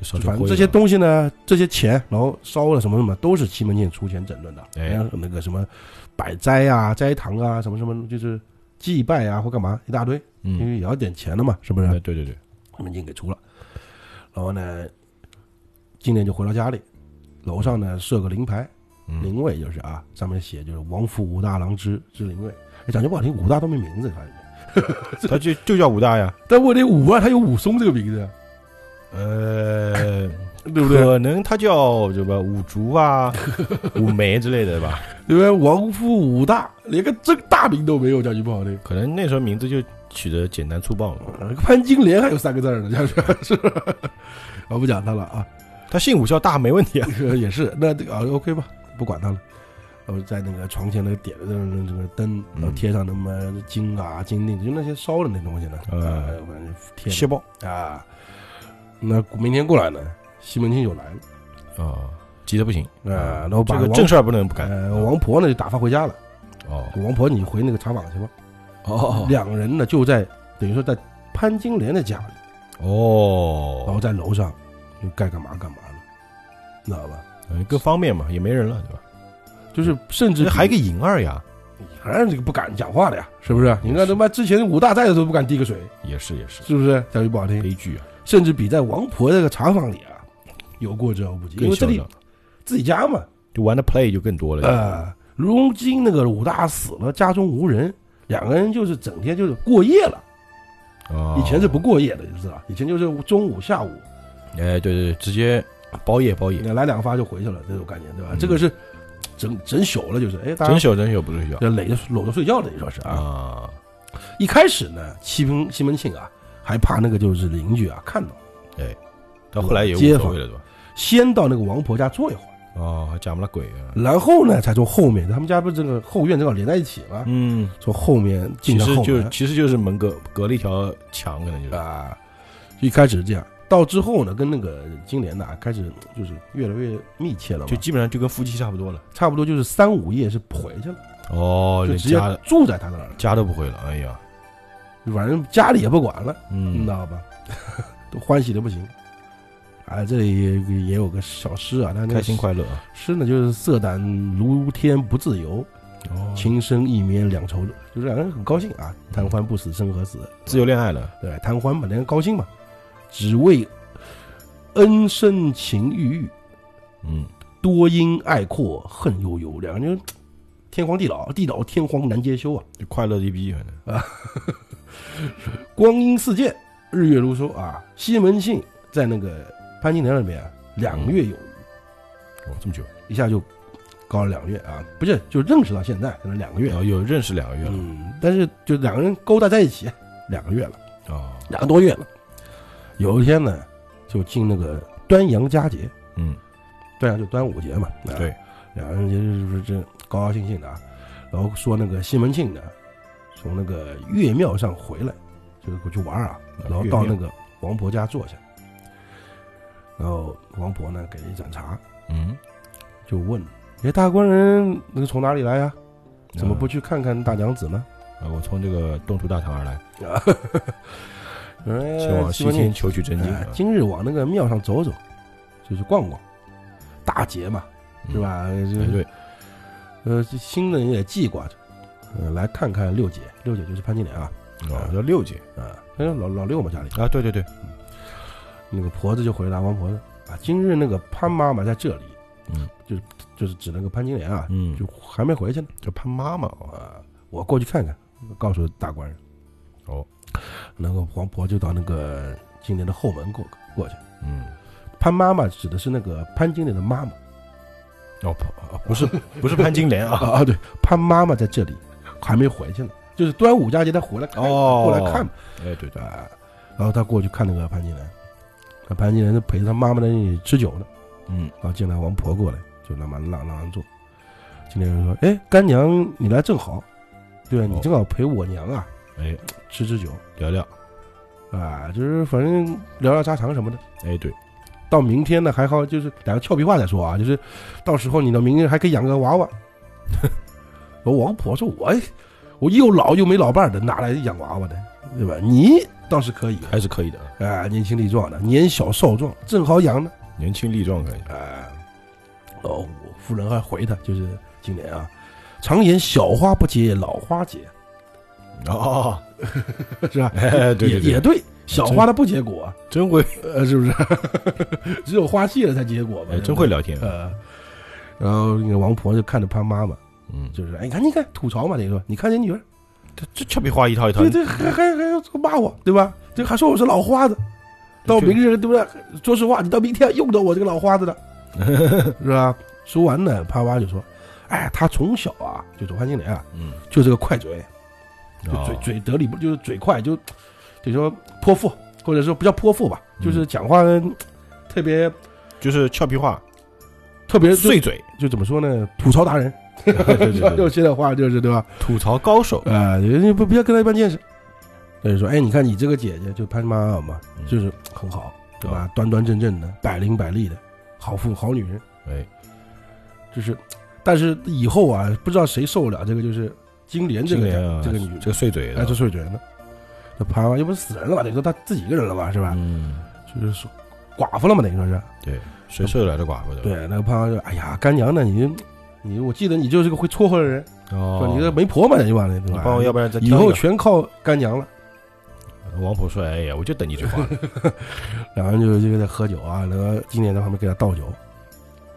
[SPEAKER 1] 就烧成
[SPEAKER 2] 反
[SPEAKER 1] 灰
[SPEAKER 2] 正
[SPEAKER 1] 了
[SPEAKER 2] 这些东西呢，这些钱，然后烧了什么什么，都是西门庆出钱整顿的。
[SPEAKER 1] 哎
[SPEAKER 2] 然后那个什么摆斋啊、斋堂啊、什么什么，就是祭拜啊或干嘛一大堆，因
[SPEAKER 1] 嗯，
[SPEAKER 2] 为也要点钱的嘛，是不是？
[SPEAKER 1] 哎对对对，
[SPEAKER 2] 西门庆给出了。然后呢，金莲就回到家里，楼上呢设个灵牌，
[SPEAKER 1] 嗯，嗯
[SPEAKER 2] 灵位就是啊，上面写就是王府武大郎之之灵位。哎，讲句不好听，武大都没名字，反正。
[SPEAKER 1] 他就就叫武大呀，
[SPEAKER 2] 但 问题武啊，他有武松这个名字，
[SPEAKER 1] 呃，
[SPEAKER 2] 对不对？
[SPEAKER 1] 可能他叫什么五竹 啊、五梅之类的吧，
[SPEAKER 2] 对不对？王府武大连个真大名都没有，讲句不好听。
[SPEAKER 1] 可能那时候名字就取得简单粗暴了。
[SPEAKER 2] 呃潘金莲还有三个字儿呢，这是是吧， 我不讲他了啊，
[SPEAKER 1] 他姓武叫大没问题啊，
[SPEAKER 2] 这个 也是那这个啊 OK 吧，不管他了。然后在那个床前那个点的那这个灯，
[SPEAKER 1] 嗯
[SPEAKER 2] 然后贴上那么金啊金锭，就那些烧的那东西呢，
[SPEAKER 1] 嗯
[SPEAKER 2] 啊，反正贴
[SPEAKER 1] 蟹
[SPEAKER 2] 着
[SPEAKER 1] 豹
[SPEAKER 2] 啊。那明天过来呢，西门庆就来了
[SPEAKER 1] 啊，急得不行哦
[SPEAKER 2] 啊，然后把
[SPEAKER 1] 这个
[SPEAKER 2] 王
[SPEAKER 1] 正事儿不能不干。
[SPEAKER 2] 呃王婆呢就打发回家了，
[SPEAKER 1] 哦
[SPEAKER 2] 王婆你回那个茶坊去吧。
[SPEAKER 1] 哦
[SPEAKER 2] 两人呢就在等于说在潘金莲的家里，
[SPEAKER 1] 哦，
[SPEAKER 2] 然后在楼上就该干嘛干嘛了，知道吧？
[SPEAKER 1] 嗯，更方便嘛，也没人了，对吧？
[SPEAKER 2] 就是甚至
[SPEAKER 1] 这哎还有个银二呀，
[SPEAKER 2] 还是这个不敢讲话的呀，是不是？
[SPEAKER 1] 也
[SPEAKER 2] 你看
[SPEAKER 1] 是
[SPEAKER 2] 他妈之前武大在的时候不敢递个水，
[SPEAKER 1] 也是也是
[SPEAKER 2] 是不是？讲句不好听，
[SPEAKER 1] 悲剧啊，
[SPEAKER 2] 甚至比在王婆这个茶坊里啊有过之而无不及，因
[SPEAKER 1] 更
[SPEAKER 2] 为这
[SPEAKER 1] 嚣
[SPEAKER 2] 里
[SPEAKER 1] 张，
[SPEAKER 2] 自己家嘛，
[SPEAKER 1] 就玩的 play 就更多了。
[SPEAKER 2] 呃，如今那个武大死了，家中无人，两个人就是整天就是过夜了。
[SPEAKER 1] 哦
[SPEAKER 2] 呃以前是不，过夜的，你知道吧？以前就是中午、下午
[SPEAKER 1] 哎，对对对，直接包夜包夜，
[SPEAKER 2] 你来两发就回去了，这种感觉，对吧？
[SPEAKER 1] 嗯
[SPEAKER 2] 这个是整整宿了，就是哎，大家
[SPEAKER 1] 整宿整宿不睡觉
[SPEAKER 2] 这垒着搂着睡觉的，你说是啊？
[SPEAKER 1] 啊，
[SPEAKER 2] 一开始呢，西门西门庆啊，还怕那个就是邻居啊看到，
[SPEAKER 1] 到后来也无
[SPEAKER 2] 街
[SPEAKER 1] 所
[SPEAKER 2] 坊
[SPEAKER 1] 谓了，对吧？
[SPEAKER 2] 先到那个王婆家坐一会儿，
[SPEAKER 1] 哦，还假不了鬼啊，
[SPEAKER 2] 然后呢，才从后面，他们家不是这个后院正好连在一起吗？
[SPEAKER 1] 嗯，
[SPEAKER 2] 从后面
[SPEAKER 1] 其
[SPEAKER 2] 进到
[SPEAKER 1] 实
[SPEAKER 2] 后
[SPEAKER 1] 就是
[SPEAKER 2] 门
[SPEAKER 1] 其实就是门隔隔了一条墙，可能就是
[SPEAKER 2] 啊，一开始是这样，到之后呢，跟那个金莲呐、开始就是越来越密切了嘛，
[SPEAKER 1] 就基本上就跟夫妻差不多了。
[SPEAKER 2] 差不多就是三五夜是不回去了，
[SPEAKER 1] 哦，
[SPEAKER 2] 就
[SPEAKER 1] 连
[SPEAKER 2] 直接
[SPEAKER 1] 家
[SPEAKER 2] 住在他那儿了，
[SPEAKER 1] 家都不回了，哎呀，
[SPEAKER 2] 反正家里也不管了。你
[SPEAKER 1] 嗯
[SPEAKER 2] 知，道吧？ 都欢喜的不行。啊，这里也也有个小诗啊，但那
[SPEAKER 1] 开
[SPEAKER 2] 个
[SPEAKER 1] 心快乐啊，
[SPEAKER 2] 诗呢就是色胆如天不自由，
[SPEAKER 1] 哦
[SPEAKER 2] 情深意绵两愁愁，就是两个人很高兴啊，贪欢不死生何死？
[SPEAKER 1] 自由恋爱了，
[SPEAKER 2] 对，贪欢嘛，两个人高兴嘛，只为恩深情郁郁，
[SPEAKER 1] 嗯，
[SPEAKER 2] 多因爱阔恨悠悠，两个人就天荒地老，地老天荒难兼修啊，
[SPEAKER 1] 就快乐的一逼，反正
[SPEAKER 2] 光阴似箭，日月如梭啊。西门庆在那个潘金莲那边啊两月有余。
[SPEAKER 1] 哦这么久，
[SPEAKER 2] 一下就高了两个月啊，不是就认识到现在可能两个月
[SPEAKER 1] 然，后哦有认识两个月了
[SPEAKER 2] 嗯，但是就两个人勾搭在一起两个月了，
[SPEAKER 1] 啊，
[SPEAKER 2] 两个多月了。有一天呢，就进那个端阳佳节，
[SPEAKER 1] 嗯，
[SPEAKER 2] 端阳就端午节嘛，啊
[SPEAKER 1] 对，
[SPEAKER 2] 两个人就是这高高兴兴的啊，然后说那个西门庆呢，从那个岳庙上回来，就是过去玩儿啊，然后到那个王婆家坐下，然后王婆呢给了一盏茶，
[SPEAKER 1] 嗯，
[SPEAKER 2] 就问：“哎，大官人那个从哪里来呀、怎么不
[SPEAKER 1] 啊？
[SPEAKER 2] 去看看大娘子呢
[SPEAKER 1] 啊我从这个东土大唐而来，？”
[SPEAKER 2] 哎
[SPEAKER 1] 前往
[SPEAKER 2] 西
[SPEAKER 1] 西
[SPEAKER 2] 门
[SPEAKER 1] 天
[SPEAKER 2] 庆
[SPEAKER 1] 求取真经
[SPEAKER 2] 哎
[SPEAKER 1] 啊，
[SPEAKER 2] 今日往那个庙上走走，就是逛逛，大节嘛，是吧？
[SPEAKER 1] 嗯？
[SPEAKER 2] 这
[SPEAKER 1] 哎对，
[SPEAKER 2] 呃，这新人也记挂着，呃，来看看六姐，六姐就是潘金莲啊，
[SPEAKER 1] 哦，叫六姐
[SPEAKER 2] 啊，那老老六嘛家里，
[SPEAKER 1] 啊，对对对，
[SPEAKER 2] 那个婆子就回答王婆子啊，今日那个潘妈妈在这里，
[SPEAKER 1] 嗯，
[SPEAKER 2] 就是就是指那个潘金莲啊，
[SPEAKER 1] 嗯，
[SPEAKER 2] 就还没回去呢。
[SPEAKER 1] 叫潘妈妈哦，
[SPEAKER 2] 啊，我过去看看，告诉大官人。
[SPEAKER 1] 哦，
[SPEAKER 2] 那个王婆就到那个金莲的后门过过去。
[SPEAKER 1] 嗯，
[SPEAKER 2] 潘妈妈指的是那个潘金莲的妈妈
[SPEAKER 1] 哦，不不是不是潘金莲啊，
[SPEAKER 2] 啊啊，对，潘妈妈在这里还没回去呢，就是端午佳节她回来 看
[SPEAKER 1] 哦
[SPEAKER 2] 过来看
[SPEAKER 1] 哎对对，
[SPEAKER 2] 啊。然后他过去看那个潘金莲，那潘金莲就陪着他妈妈在那里吃酒呢。
[SPEAKER 1] 嗯
[SPEAKER 2] 然后进来王婆过来，就让蛮让让让坐。金莲就说：“哎，干娘你来正好，对啊，你
[SPEAKER 1] 哦
[SPEAKER 2] 正好陪我娘啊
[SPEAKER 1] 哎，
[SPEAKER 2] 吃吃酒
[SPEAKER 1] 聊聊，
[SPEAKER 2] 啊，就是反正聊聊家常什么的。
[SPEAKER 1] 哎，对，
[SPEAKER 2] 到明天呢还好，就是两个俏皮话再说啊，就是到时候你到明天还可以养个娃娃。我王婆说我我又老又没老伴儿的，哪来养娃娃的，对吧？你倒是可以
[SPEAKER 1] 还是可以的，啊，
[SPEAKER 2] 啊，年轻力壮的，年小少壮，正好养呢。
[SPEAKER 1] 年轻力壮可以。
[SPEAKER 2] 啊，哦，夫人还回他，就是今年啊，常言小花不结老花结，
[SPEAKER 1] 哦，
[SPEAKER 2] 是吧？
[SPEAKER 1] 哎，对对
[SPEAKER 2] 也也
[SPEAKER 1] 对，
[SPEAKER 2] 对，小花它不结果啊，
[SPEAKER 1] 真会，
[SPEAKER 2] 呃，是不 是？只有花谢了才结果嘛，
[SPEAKER 1] 哎，真会聊天。
[SPEAKER 2] 呃，然后那个王婆就看着潘妈妈，
[SPEAKER 1] 嗯，
[SPEAKER 2] 就是哎，你看你看吐槽嘛，你说你看你女儿，
[SPEAKER 1] 这这俏皮话一套一套
[SPEAKER 2] 对，对，还还还要骂我，对吧？对，还说我是老花子，到明日对不对？说实话，你到明天用到我这个老 花子了，是吧？说完呢，啪啪就说：“哎，他从小啊，就是潘金莲啊，
[SPEAKER 1] 嗯，
[SPEAKER 2] 就是个快嘴，就
[SPEAKER 1] 哦
[SPEAKER 2] 嘴，嘴得理不就是嘴快，就就说泼妇，或者说不叫泼妇吧，
[SPEAKER 1] 嗯
[SPEAKER 2] 就是讲话嗯特别
[SPEAKER 1] 就是俏皮话，
[SPEAKER 2] 特别就
[SPEAKER 1] 碎嘴，
[SPEAKER 2] 就怎么说呢？吐槽达人，
[SPEAKER 1] 对对对
[SPEAKER 2] 用
[SPEAKER 1] 对，
[SPEAKER 2] 现在话就是对吧？
[SPEAKER 1] 吐槽高手，
[SPEAKER 2] 啊，人家不不要跟他一般见识。”他就说：“哎，你看你这个姐姐，就潘妈妈嘛，
[SPEAKER 1] 嗯啊
[SPEAKER 2] 就是很好，对吧？端端正正的，百灵百俐的，好妇好女人。
[SPEAKER 1] 哎，
[SPEAKER 2] 就是，但是以后啊，不知道谁受得了这个，就是金莲这
[SPEAKER 1] 这
[SPEAKER 2] 个
[SPEAKER 1] 个
[SPEAKER 2] 这个女
[SPEAKER 1] 啊这个碎嘴
[SPEAKER 2] 哎，
[SPEAKER 1] 的
[SPEAKER 2] 这，睡觉呢，那潘妈要不是死人了吧？等于说她自己一个人了吧，是吧？
[SPEAKER 1] 嗯，
[SPEAKER 2] 就是说寡妇了嘛，等于说是。
[SPEAKER 1] 对，谁受得了这寡妇的？，
[SPEAKER 2] 对，那个潘妈就哎呀，干娘呢，你你，我记得你就是个会撮合的人，
[SPEAKER 1] 哦嗯
[SPEAKER 2] 说，你这媒婆嘛，你吧，对
[SPEAKER 1] 你
[SPEAKER 2] 吧？
[SPEAKER 1] 帮我，要不然再
[SPEAKER 2] 以
[SPEAKER 1] 挑一
[SPEAKER 2] 后
[SPEAKER 1] 个
[SPEAKER 2] 全靠干娘了。
[SPEAKER 1] 王婆说，哎呀，我就等你这话，
[SPEAKER 2] 两人就就在喝酒啊，那个金莲在旁边给他倒酒，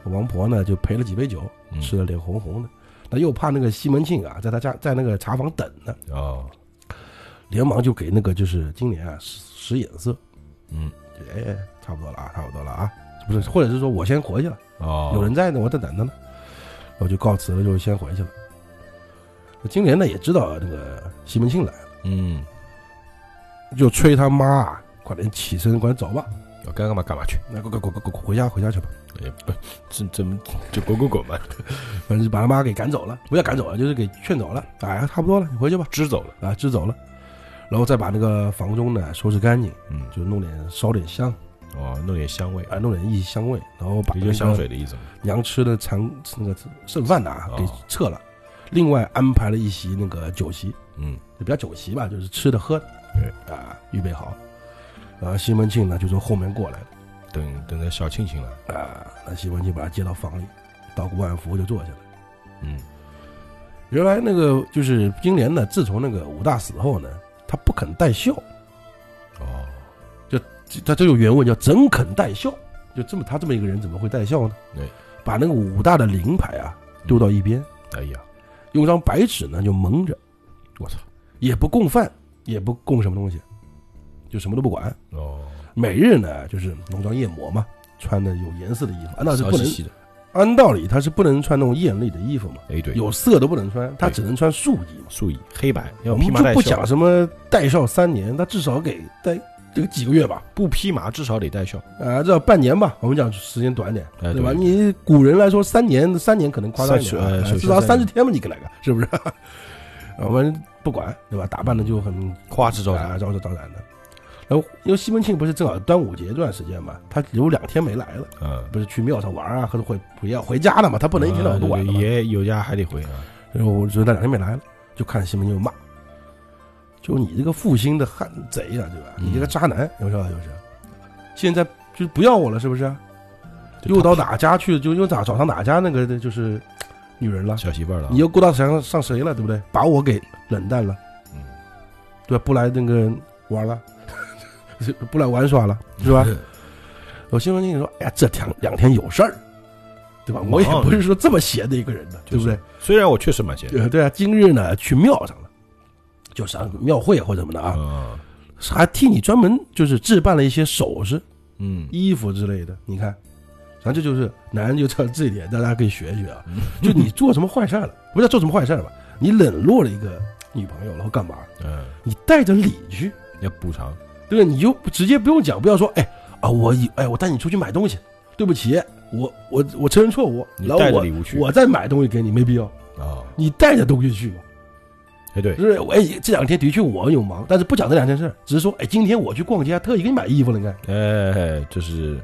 [SPEAKER 2] 王婆呢就陪了几杯酒，
[SPEAKER 1] 嗯
[SPEAKER 2] 吃的脸红红的。那又怕那个西门庆啊，在他家在那个茶房等呢，
[SPEAKER 1] 哦，
[SPEAKER 2] 连忙就给那个就是金莲啊使使眼色，
[SPEAKER 1] 嗯，
[SPEAKER 2] 就哎，哎差不多了啊，差不多了啊，不是，或者是说我先回去了，
[SPEAKER 1] 哦，
[SPEAKER 2] 有人在呢，我在等着呢，我就告辞了，就先回去了。那金莲呢也知道那个西门庆来了，
[SPEAKER 1] 嗯，
[SPEAKER 2] 就催他妈啊，快点起身，快点走吧，
[SPEAKER 1] 要该哦干嘛干嘛去，
[SPEAKER 2] 那快快快快快回家回家去吧，
[SPEAKER 1] 哎，不，这怎么就滚滚滚嘛，
[SPEAKER 2] 反正就把他妈给赶走了，不要赶走了，就是给劝走了，哎，差不多了，你回去吧，
[SPEAKER 1] 支走了，
[SPEAKER 2] 啊， 支走了，然后再把那个房中呢收拾干净，
[SPEAKER 1] 嗯，
[SPEAKER 2] 就弄点烧点香，
[SPEAKER 1] 哦，弄点香味，
[SPEAKER 2] 啊，弄点异香味，然后把
[SPEAKER 1] 也就
[SPEAKER 2] 那个
[SPEAKER 1] 香水的意思嘛，
[SPEAKER 2] 娘吃的残那个剩饭的啊
[SPEAKER 1] 哦
[SPEAKER 2] 给撤了，另外安排了一席那个酒席，
[SPEAKER 1] 嗯，
[SPEAKER 2] 也不叫酒席吧，就是吃的喝的，
[SPEAKER 1] 对
[SPEAKER 2] 啊，预备好。呃，西门庆呢就从后面过来了
[SPEAKER 1] 等等着小庆庆来，
[SPEAKER 2] 啊，那西门庆把他接到房里，捣鼓万福就坐下了。
[SPEAKER 1] 嗯，
[SPEAKER 2] 原来那个就是金莲呢，自从那个武大死后呢，她不肯带孝，
[SPEAKER 1] 哦，
[SPEAKER 2] 她这有原文叫怎肯带孝，就这么她这么一个人怎么会带孝呢？
[SPEAKER 1] 对，
[SPEAKER 2] 把那个武大的灵牌啊丢到一边，
[SPEAKER 1] 哎呀，
[SPEAKER 2] 用张白纸呢就蒙着，
[SPEAKER 1] 我操，
[SPEAKER 2] 也不供饭，也不供什么东西，就什么都不管。
[SPEAKER 1] 哦，
[SPEAKER 2] 每日呢就是浓妆艳抹嘛，穿的有颜色的衣服，啊按道理是
[SPEAKER 1] 骚
[SPEAKER 2] 不能
[SPEAKER 1] 兮，兮的，
[SPEAKER 2] 按道理他是不能穿那种艳丽的衣服嘛，
[SPEAKER 1] 哎，对，
[SPEAKER 2] 有色都不能穿，他
[SPEAKER 1] 对
[SPEAKER 2] 只能穿素衣嘛。
[SPEAKER 1] 素衣黑白，
[SPEAKER 2] 我
[SPEAKER 1] 要
[SPEAKER 2] 们
[SPEAKER 1] 披
[SPEAKER 2] 就
[SPEAKER 1] 麻戴
[SPEAKER 2] 不
[SPEAKER 1] 孝
[SPEAKER 2] 讲，什么带孝三年，他至少给带这个几个月吧，
[SPEAKER 1] 不披麻至少得戴孝，
[SPEAKER 2] 啊，至少半年吧。我们讲时间短点，
[SPEAKER 1] 哎
[SPEAKER 2] 对吧？
[SPEAKER 1] 对
[SPEAKER 2] 你古人来说三年，三年可能夸张一点啊，
[SPEAKER 1] 三十呃
[SPEAKER 2] 哎
[SPEAKER 1] 首先
[SPEAKER 2] 至少
[SPEAKER 1] 三
[SPEAKER 2] 三十
[SPEAKER 1] 年
[SPEAKER 2] 天吧，你给来个是不 是？我们不管，对吧？打扮的就很
[SPEAKER 1] 花枝招展，
[SPEAKER 2] 啊，招是当然的。然后，因为西门庆不是正好端午节这段时间嘛，他有两天没来了，
[SPEAKER 1] 嗯，
[SPEAKER 2] 不是去庙上玩啊，或者回回要回家了嘛，他不能一天到晚都玩
[SPEAKER 1] 啊
[SPEAKER 2] 了
[SPEAKER 1] 对
[SPEAKER 2] 嘛。
[SPEAKER 1] 对也有家还得回啊，
[SPEAKER 2] 然后我就那两天没来了，就看西门庆就骂，就你这个负心的汉贼啊，对吧？
[SPEAKER 1] 嗯
[SPEAKER 2] 你这个渣男，有时候就是，现在就不要我了，是不是？
[SPEAKER 1] 就
[SPEAKER 2] 又
[SPEAKER 1] 他
[SPEAKER 2] 到哪家去了？就又咋找上哪家那个就是女人了？
[SPEAKER 1] 小媳妇儿了啊，
[SPEAKER 2] 你又勾搭上上谁了，对不对？把我给冷淡了。
[SPEAKER 1] 嗯
[SPEAKER 2] 对吧？不来那个玩了， 不来玩耍了，是
[SPEAKER 1] 嗯
[SPEAKER 2] 吧？有新闻经理说：“哎呀，这两两天有事儿，对吧？
[SPEAKER 1] 忙
[SPEAKER 2] 我也不是说这么闲的一个人的，对
[SPEAKER 1] 哦就
[SPEAKER 2] 不
[SPEAKER 1] 是
[SPEAKER 2] 对？
[SPEAKER 1] 虽然我确实蛮闲，
[SPEAKER 2] 对对啊，今日呢去庙上了，就上庙会或者什么的 啊，
[SPEAKER 1] 啊，
[SPEAKER 2] 还替你专门就是置办了一些首饰、
[SPEAKER 1] 嗯，
[SPEAKER 2] 衣服之类的。你看，咱这就是男人就这这一点，大家可以学一学啊。
[SPEAKER 1] 嗯
[SPEAKER 2] 就你做什么坏事儿了，不叫做什么坏事儿吧？你冷落了一个女朋友，然后干嘛？
[SPEAKER 1] 嗯，
[SPEAKER 2] 你带着礼去，
[SPEAKER 1] 要补偿，
[SPEAKER 2] 对吧？你就直接不用讲，不要说哎啊，我以哎我带你出去买东西，对不起，我我我承认错误，
[SPEAKER 1] 你
[SPEAKER 2] 然后
[SPEAKER 1] 带着
[SPEAKER 2] 我
[SPEAKER 1] 礼物去
[SPEAKER 2] 我再买东西给你，没必要，
[SPEAKER 1] 啊，
[SPEAKER 2] 你带着东西去嘛。
[SPEAKER 1] 哎对，
[SPEAKER 2] 就是哎，这两天的确我有忙，但是不讲这两件事儿，只是说哎，今天我去逛街，特意给你买衣服了。你看，
[SPEAKER 1] 哎，这是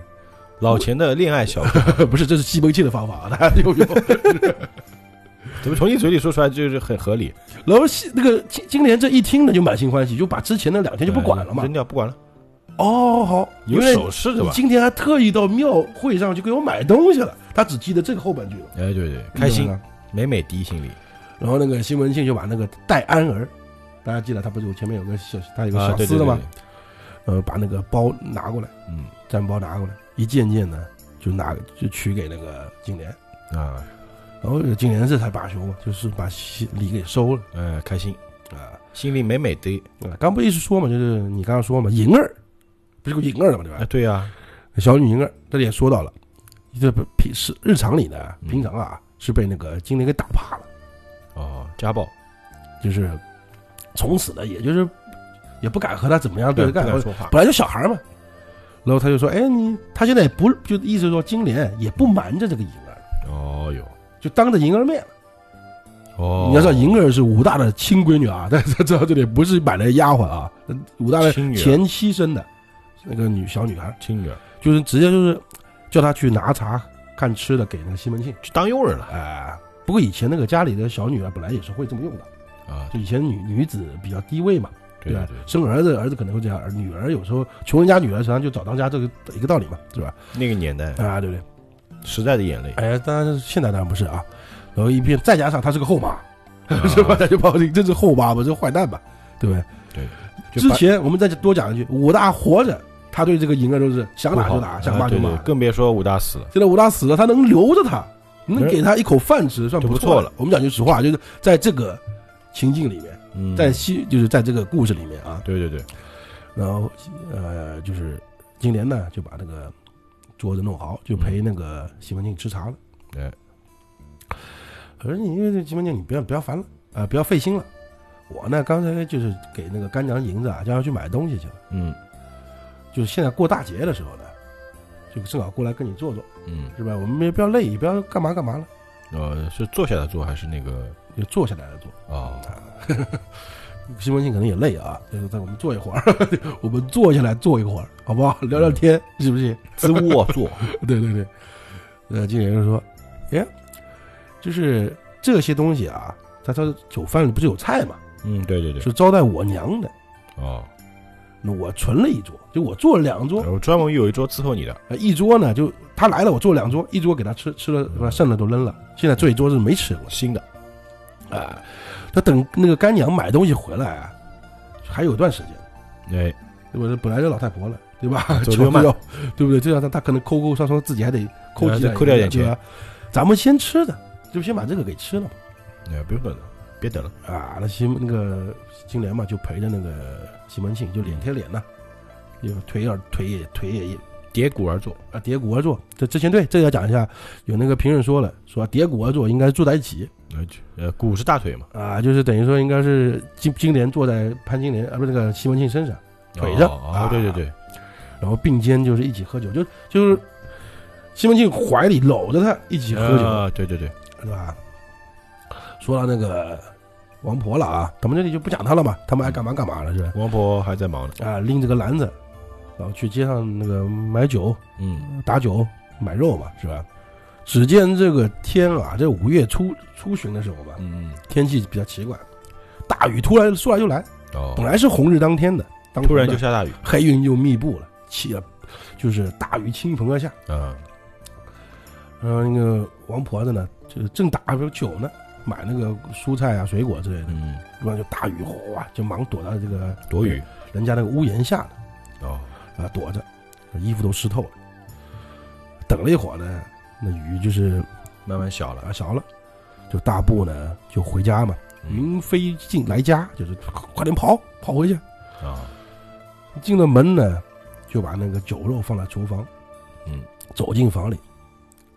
[SPEAKER 1] 老钱的恋爱小，
[SPEAKER 2] 不是，这是吸煤气的方 法，大家有用。
[SPEAKER 1] 怎么从你嘴里说出来就是很合理，
[SPEAKER 2] 然后西那个今今年这一听呢，就满心欢喜，就把之前那两天就不管了嘛
[SPEAKER 1] 哎扔。掉不管了，
[SPEAKER 2] 哦，好，因
[SPEAKER 1] 有
[SPEAKER 2] 为
[SPEAKER 1] 首饰的
[SPEAKER 2] 你
[SPEAKER 1] 吧？
[SPEAKER 2] 今天还特意到庙会上去给我买东西了，他只记得这个后半句了，
[SPEAKER 1] 哎对对，开
[SPEAKER 2] 你
[SPEAKER 1] 心
[SPEAKER 2] 懂，吗
[SPEAKER 1] 美美滴心里
[SPEAKER 2] 然后那个新闻信就把那个戴安儿，大家记得他不是有前面有个小他有个
[SPEAKER 1] 啊，
[SPEAKER 2] 小
[SPEAKER 1] 对
[SPEAKER 2] 厮
[SPEAKER 1] 对
[SPEAKER 2] 的
[SPEAKER 1] 对，
[SPEAKER 2] 吗
[SPEAKER 1] 对？
[SPEAKER 2] 呃，把那个包拿过来，
[SPEAKER 1] 嗯
[SPEAKER 2] 战包拿过来，一件件呢就拿就取给那个金莲。
[SPEAKER 1] 啊，
[SPEAKER 2] 然后景莲这才罢休嘛，就是把西礼给收了
[SPEAKER 1] 哎开心，
[SPEAKER 2] 啊。
[SPEAKER 1] 心里美美的，
[SPEAKER 2] 啊刚不一直说嘛，就是你刚刚说嘛，银儿不是有银儿的嘛，对
[SPEAKER 1] 哎
[SPEAKER 2] 吧？
[SPEAKER 1] 对呀，
[SPEAKER 2] 小女银儿这里也说到了，这不平时日常里呢，
[SPEAKER 1] 嗯
[SPEAKER 2] 平常啊是被那个金莲给打怕了，
[SPEAKER 1] 哦家暴，
[SPEAKER 2] 就是从此呢，也就是也不敢和他怎么样对着
[SPEAKER 1] 不
[SPEAKER 2] 干，
[SPEAKER 1] 敢说话，
[SPEAKER 2] 本来就小孩嘛。然后他就说：“哎，你他现在也不就意思说，金莲也不瞒着这个银儿，
[SPEAKER 1] 哦哟，
[SPEAKER 2] 就当着银儿面了。”
[SPEAKER 1] 哦，
[SPEAKER 2] 你要知道，银儿是武大的亲闺女啊， 但是知道这里不是买的丫鬟啊，武大的
[SPEAKER 1] 亲女儿
[SPEAKER 2] 前妻生的那个女小女孩，
[SPEAKER 1] 亲女儿
[SPEAKER 2] 就是直接就是叫她去拿茶看吃的给那个西门庆。
[SPEAKER 1] 去当佣人了
[SPEAKER 2] 哎、不过以前那个家里的小女儿本来也是会这么用的，
[SPEAKER 1] 啊，
[SPEAKER 2] 就以前女女子比较低位嘛，
[SPEAKER 1] 对
[SPEAKER 2] 吧
[SPEAKER 1] 对，？
[SPEAKER 2] 生儿子儿子可能会这样，而女儿有时候穷人家女儿实际上就早当家这个一个道理嘛，是吧？
[SPEAKER 1] 那个年代
[SPEAKER 2] 啊，对不对？
[SPEAKER 1] 时代的眼泪，
[SPEAKER 2] 哎呀，当然现在当然不是啊，然后一边再加上她是个后妈， 是吧？
[SPEAKER 1] 啊
[SPEAKER 2] 他就把我这是后妈吧，这坏蛋吧，对不对？
[SPEAKER 1] 就
[SPEAKER 2] 之
[SPEAKER 1] 把
[SPEAKER 2] 前我们再多讲一句，武大活着，他对这个银儿都是想打
[SPEAKER 1] 不
[SPEAKER 2] 就
[SPEAKER 1] 好
[SPEAKER 2] 打，
[SPEAKER 1] 啊
[SPEAKER 2] 想骂就
[SPEAKER 1] 对
[SPEAKER 2] 骂
[SPEAKER 1] 对。更别说武大死了。
[SPEAKER 2] 现在武大死了，他能留着他，
[SPEAKER 1] 嗯
[SPEAKER 2] 能给他一口饭吃，算
[SPEAKER 1] 就不
[SPEAKER 2] 错
[SPEAKER 1] 错了。
[SPEAKER 2] 我们讲句实话，就是在这个情境里面，
[SPEAKER 1] 嗯，
[SPEAKER 2] 在西就是在这个故事里面啊，
[SPEAKER 1] 对对对，
[SPEAKER 2] 然后呃，就是金莲呢就把这个桌子弄好，就陪那个西门庆吃茶了。
[SPEAKER 1] 哎，
[SPEAKER 2] 我说你因为这西门庆，你不要不要烦了啊、不要费心了。我呢刚才就是给那个干娘银子啊，叫她去买东西去了。
[SPEAKER 1] 嗯
[SPEAKER 2] 就是现在过大节的时候呢，就正好过来跟你坐坐，
[SPEAKER 1] 嗯，
[SPEAKER 2] 是吧？我们也不要累，也不要干嘛干嘛了，
[SPEAKER 1] 呃，是坐下来做还是那个
[SPEAKER 2] 就坐下来了坐。
[SPEAKER 1] 哦，
[SPEAKER 2] 西门庆可能也累啊，就是在我们坐一会儿，我们坐下来坐一会儿，好不好？聊聊天，是不是？
[SPEAKER 1] 姿卧坐，
[SPEAKER 2] 对对对，呃，经理人就说，哎，就是这些东西啊，他他酒饭里不是有菜嘛，
[SPEAKER 1] 嗯，对对对，
[SPEAKER 2] 是招待我娘的，
[SPEAKER 1] 哦，
[SPEAKER 2] 那我存了一桌，就我做了两桌，
[SPEAKER 1] 我专门有一桌伺候你的，
[SPEAKER 2] 呃一桌呢就他来了，我做两桌，一桌给他吃，吃了把剩的都扔了，现在这一桌是没吃过
[SPEAKER 1] 新的，
[SPEAKER 2] 的啊。他等那个干娘买东西回来啊，还有段时间，
[SPEAKER 1] 哎，
[SPEAKER 2] 对吧？这本来就老太婆了，对吧？
[SPEAKER 1] 走
[SPEAKER 2] 就
[SPEAKER 1] 得慢
[SPEAKER 2] 要，对不对？这样他他可能抠抠搜搜，自己还得抠
[SPEAKER 1] 哎
[SPEAKER 2] 几
[SPEAKER 1] 再
[SPEAKER 2] 两
[SPEAKER 1] 抠掉点
[SPEAKER 2] 对吧？咱们先吃的，就先把这个给吃了嘛。
[SPEAKER 1] 哎，不用等了，别等了，
[SPEAKER 2] 啊，那西那个金莲嘛，就陪着那个西门庆，就脸贴脸呐，有腿也腿也腿也
[SPEAKER 1] 叠骨而坐，
[SPEAKER 2] 啊叠骨而坐。这之前对这个要讲一下，有那个评论说了，说叠骨而坐应该坐在一起
[SPEAKER 1] 呃就呃，骨是大腿嘛，
[SPEAKER 2] 啊，就是等于说应该是金金莲坐在潘金莲啊，不是那个西门庆身上，腿上
[SPEAKER 1] 哦
[SPEAKER 2] 啊
[SPEAKER 1] 哦，对对对，
[SPEAKER 2] 然后并肩就是一起喝酒，就就是西门庆怀里搂着他一起喝酒，
[SPEAKER 1] 啊，对对对，
[SPEAKER 2] 对吧？说到那个王婆了啊，咱们这里就不讲她了嘛，他们爱干嘛干嘛了是吧？
[SPEAKER 1] 王婆还在忙呢，
[SPEAKER 2] 啊，拎着个篮子，然后去街上那个买酒、
[SPEAKER 1] 嗯，
[SPEAKER 2] 打酒、买肉嘛，是吧？只见这个天啊，这五月初初旬的时候吧，
[SPEAKER 1] 嗯嗯，
[SPEAKER 2] 天气比较奇怪，大雨突然说来就来，
[SPEAKER 1] 哦，
[SPEAKER 2] 本来是红日当天的，当
[SPEAKER 1] 突然
[SPEAKER 2] 头
[SPEAKER 1] 就
[SPEAKER 2] 的
[SPEAKER 1] 下大雨，
[SPEAKER 2] 黑云就密布了，起了就是大雨倾盆而下。
[SPEAKER 1] 啊，
[SPEAKER 2] 然后那个王婆子呢，就是正打着酒呢，买那个蔬菜啊、水果之类的，
[SPEAKER 1] 嗯，
[SPEAKER 2] 然后就大雨哗，就忙躲到这个
[SPEAKER 1] 躲雨，
[SPEAKER 2] 人家那个屋檐下了。
[SPEAKER 1] 哦，
[SPEAKER 2] 啊躲着，衣服都湿透了。等了一会儿呢，那雨就是
[SPEAKER 1] 慢慢小了，
[SPEAKER 2] 啊小了，就大步呢就回家嘛，
[SPEAKER 1] 嗯
[SPEAKER 2] 云飞进来家，就是快点跑跑回去。
[SPEAKER 1] 啊，
[SPEAKER 2] 进了门呢，就把那个酒肉放在厨房，
[SPEAKER 1] 嗯，
[SPEAKER 2] 走进房里，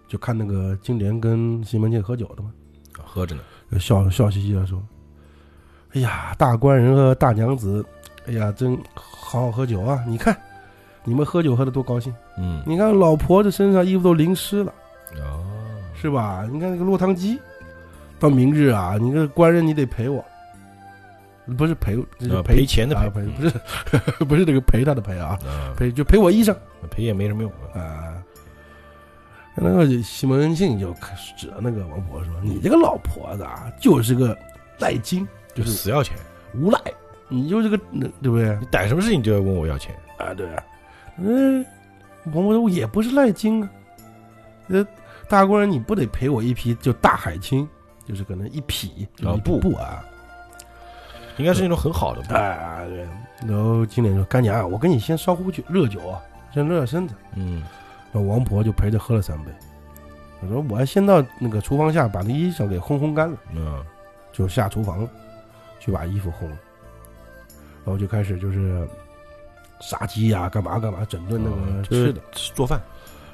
[SPEAKER 2] 就看那个金莲跟西门庆喝酒的嘛，
[SPEAKER 1] 喝着呢，
[SPEAKER 2] 就笑笑嘻嘻的说：“哎呀，大官人和大娘子哎呀，真好好喝酒啊！你看，你们喝酒喝的多高兴。
[SPEAKER 1] 嗯，
[SPEAKER 2] 你看老婆子身上衣服都淋湿了，
[SPEAKER 1] 哦，
[SPEAKER 2] 是吧？你看那个落汤鸡，到明日啊，你这官人你得赔我，不是赔，这是
[SPEAKER 1] 呃
[SPEAKER 2] 赔
[SPEAKER 1] 赔钱的
[SPEAKER 2] 啊
[SPEAKER 1] 赔
[SPEAKER 2] 赔，不是不是这个 陪他的陪啊，
[SPEAKER 1] 啊，
[SPEAKER 2] 赔就赔我衣裳
[SPEAKER 1] 赔也没什么用。
[SPEAKER 2] 啊。那个西门庆就开始指着那个王婆说：“你这个老婆子啊，就是个赖精，就
[SPEAKER 1] 就是死要钱，
[SPEAKER 2] 无赖，你就是个对不对？
[SPEAKER 1] 你逮什么事情就要问我要钱，
[SPEAKER 2] 啊，对啊，嗯，王伯说也不是赖精啊，呃，大官人你不得赔我一匹就大海青，就是可能一匹
[SPEAKER 1] 啊
[SPEAKER 2] 不
[SPEAKER 1] 布
[SPEAKER 2] 不啊，
[SPEAKER 1] 应该是那种很好的吧？
[SPEAKER 2] 啊对，然后金莲说干娘啊，我跟你先烧壶酒热酒啊，先热热身子。
[SPEAKER 1] 嗯，
[SPEAKER 2] 那王婆就陪着喝了三杯，我说我要先到那个厨房下把那衣裳给烘烘干了，
[SPEAKER 1] 嗯，
[SPEAKER 2] 就下厨房了，去把衣服烘了，然后就开始就是杀鸡呀、干嘛干嘛整顿那个
[SPEAKER 1] 嗯
[SPEAKER 2] 吃的。，
[SPEAKER 1] 就是做饭，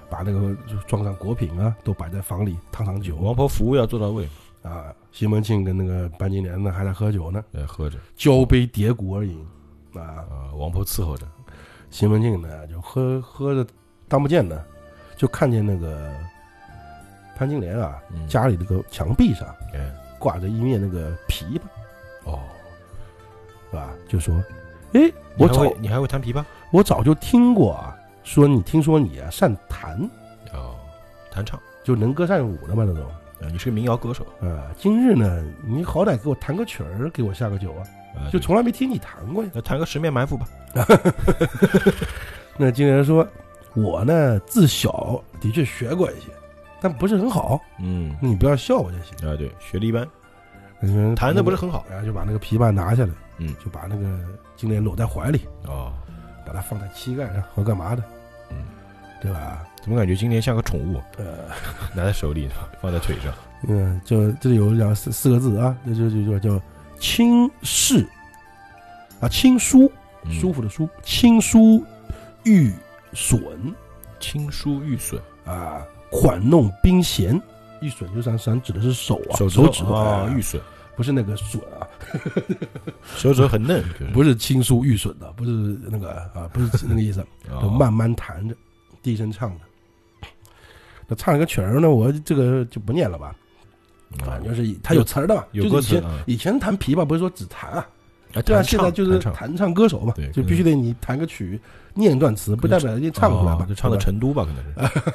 [SPEAKER 2] 把那个就装上果品啊，都摆在房里烫烫酒
[SPEAKER 1] 王婆服务要做到位，
[SPEAKER 2] 啊。西门庆跟那个潘金莲呢还在喝酒呢，
[SPEAKER 1] 呃，喝着
[SPEAKER 2] 交杯叠骨而饮啊。
[SPEAKER 1] 啊，王婆伺候着，
[SPEAKER 2] 西门庆呢就喝喝着当不见呢，就看见那个潘金莲啊
[SPEAKER 1] 嗯，
[SPEAKER 2] 家里那个墙壁上
[SPEAKER 1] 哎，
[SPEAKER 2] 挂着一面那个琵琶，
[SPEAKER 1] 哦，
[SPEAKER 2] 是吧？就说：“哎，
[SPEAKER 1] 你
[SPEAKER 2] 我
[SPEAKER 1] 还
[SPEAKER 2] 早
[SPEAKER 1] 会你还会弹琵琶？
[SPEAKER 2] 我早就听过啊，说你听说你啊善弹，
[SPEAKER 1] 哦，弹唱，
[SPEAKER 2] 就能歌善舞的嘛那种。”
[SPEAKER 1] 呃你是个民谣歌手
[SPEAKER 2] 啊，今日呢，你好歹给我弹个曲儿，给我下个酒啊，
[SPEAKER 1] 啊，
[SPEAKER 2] 就
[SPEAKER 1] 对
[SPEAKER 2] 从来没听你弹过呀。
[SPEAKER 1] 那弹个十面埋伏吧，
[SPEAKER 2] 那金莲说，我呢自小的确学过一些，但不是很好，
[SPEAKER 1] 嗯，
[SPEAKER 2] 你不要笑我就行。
[SPEAKER 1] 啊，对，学历一般，
[SPEAKER 2] 嗯
[SPEAKER 1] 弹的不是，很好，
[SPEAKER 2] 然后就把那个琵琶拿下来，
[SPEAKER 1] 嗯
[SPEAKER 2] 就把那个金莲搂在怀里，
[SPEAKER 1] 哦，
[SPEAKER 2] 把它放在膝盖上，或干嘛的，
[SPEAKER 1] 嗯，
[SPEAKER 2] 对吧？
[SPEAKER 1] 怎么感觉今年像个宠物，
[SPEAKER 2] 呃，
[SPEAKER 1] 拿在手里，放在腿 上，
[SPEAKER 2] 嗯，就这里有两四四个字啊，就就就就叫轻视啊，轻舒，
[SPEAKER 1] 嗯
[SPEAKER 2] 舒服的舒，轻舒欲损。
[SPEAKER 1] 青疏玉损，
[SPEAKER 2] 啊，款弄兵贤。玉损就是咱咱指的是手啊，手
[SPEAKER 1] 指头
[SPEAKER 2] 指
[SPEAKER 1] 啊，
[SPEAKER 2] 哎
[SPEAKER 1] 玉损，
[SPEAKER 2] 不是那个损啊，
[SPEAKER 1] 手指头很嫩，就是
[SPEAKER 2] 不是轻疏玉损的，不是那个啊，不是那个意思，
[SPEAKER 1] 哦
[SPEAKER 2] 就慢慢弹着，低声唱着。那唱了个曲儿呢，我这个就不念了吧，
[SPEAKER 1] 啊
[SPEAKER 2] 反正就是它有词儿的嘛，
[SPEAKER 1] 有
[SPEAKER 2] 哎就是
[SPEAKER 1] 歌
[SPEAKER 2] 以
[SPEAKER 1] 词
[SPEAKER 2] 前
[SPEAKER 1] 啊
[SPEAKER 2] 以前弹琵琶不是说只弹啊，
[SPEAKER 1] 啊，
[SPEAKER 2] 对啊，
[SPEAKER 1] 弹
[SPEAKER 2] 现
[SPEAKER 1] 唱
[SPEAKER 2] 在就是
[SPEAKER 1] 弹唱
[SPEAKER 2] 弹唱歌手嘛
[SPEAKER 1] 对，
[SPEAKER 2] 就必须得你弹个曲，念段词，不代表人家唱出来吧
[SPEAKER 1] 哦，就唱的
[SPEAKER 2] 对吧哎
[SPEAKER 1] 成都吧，可能是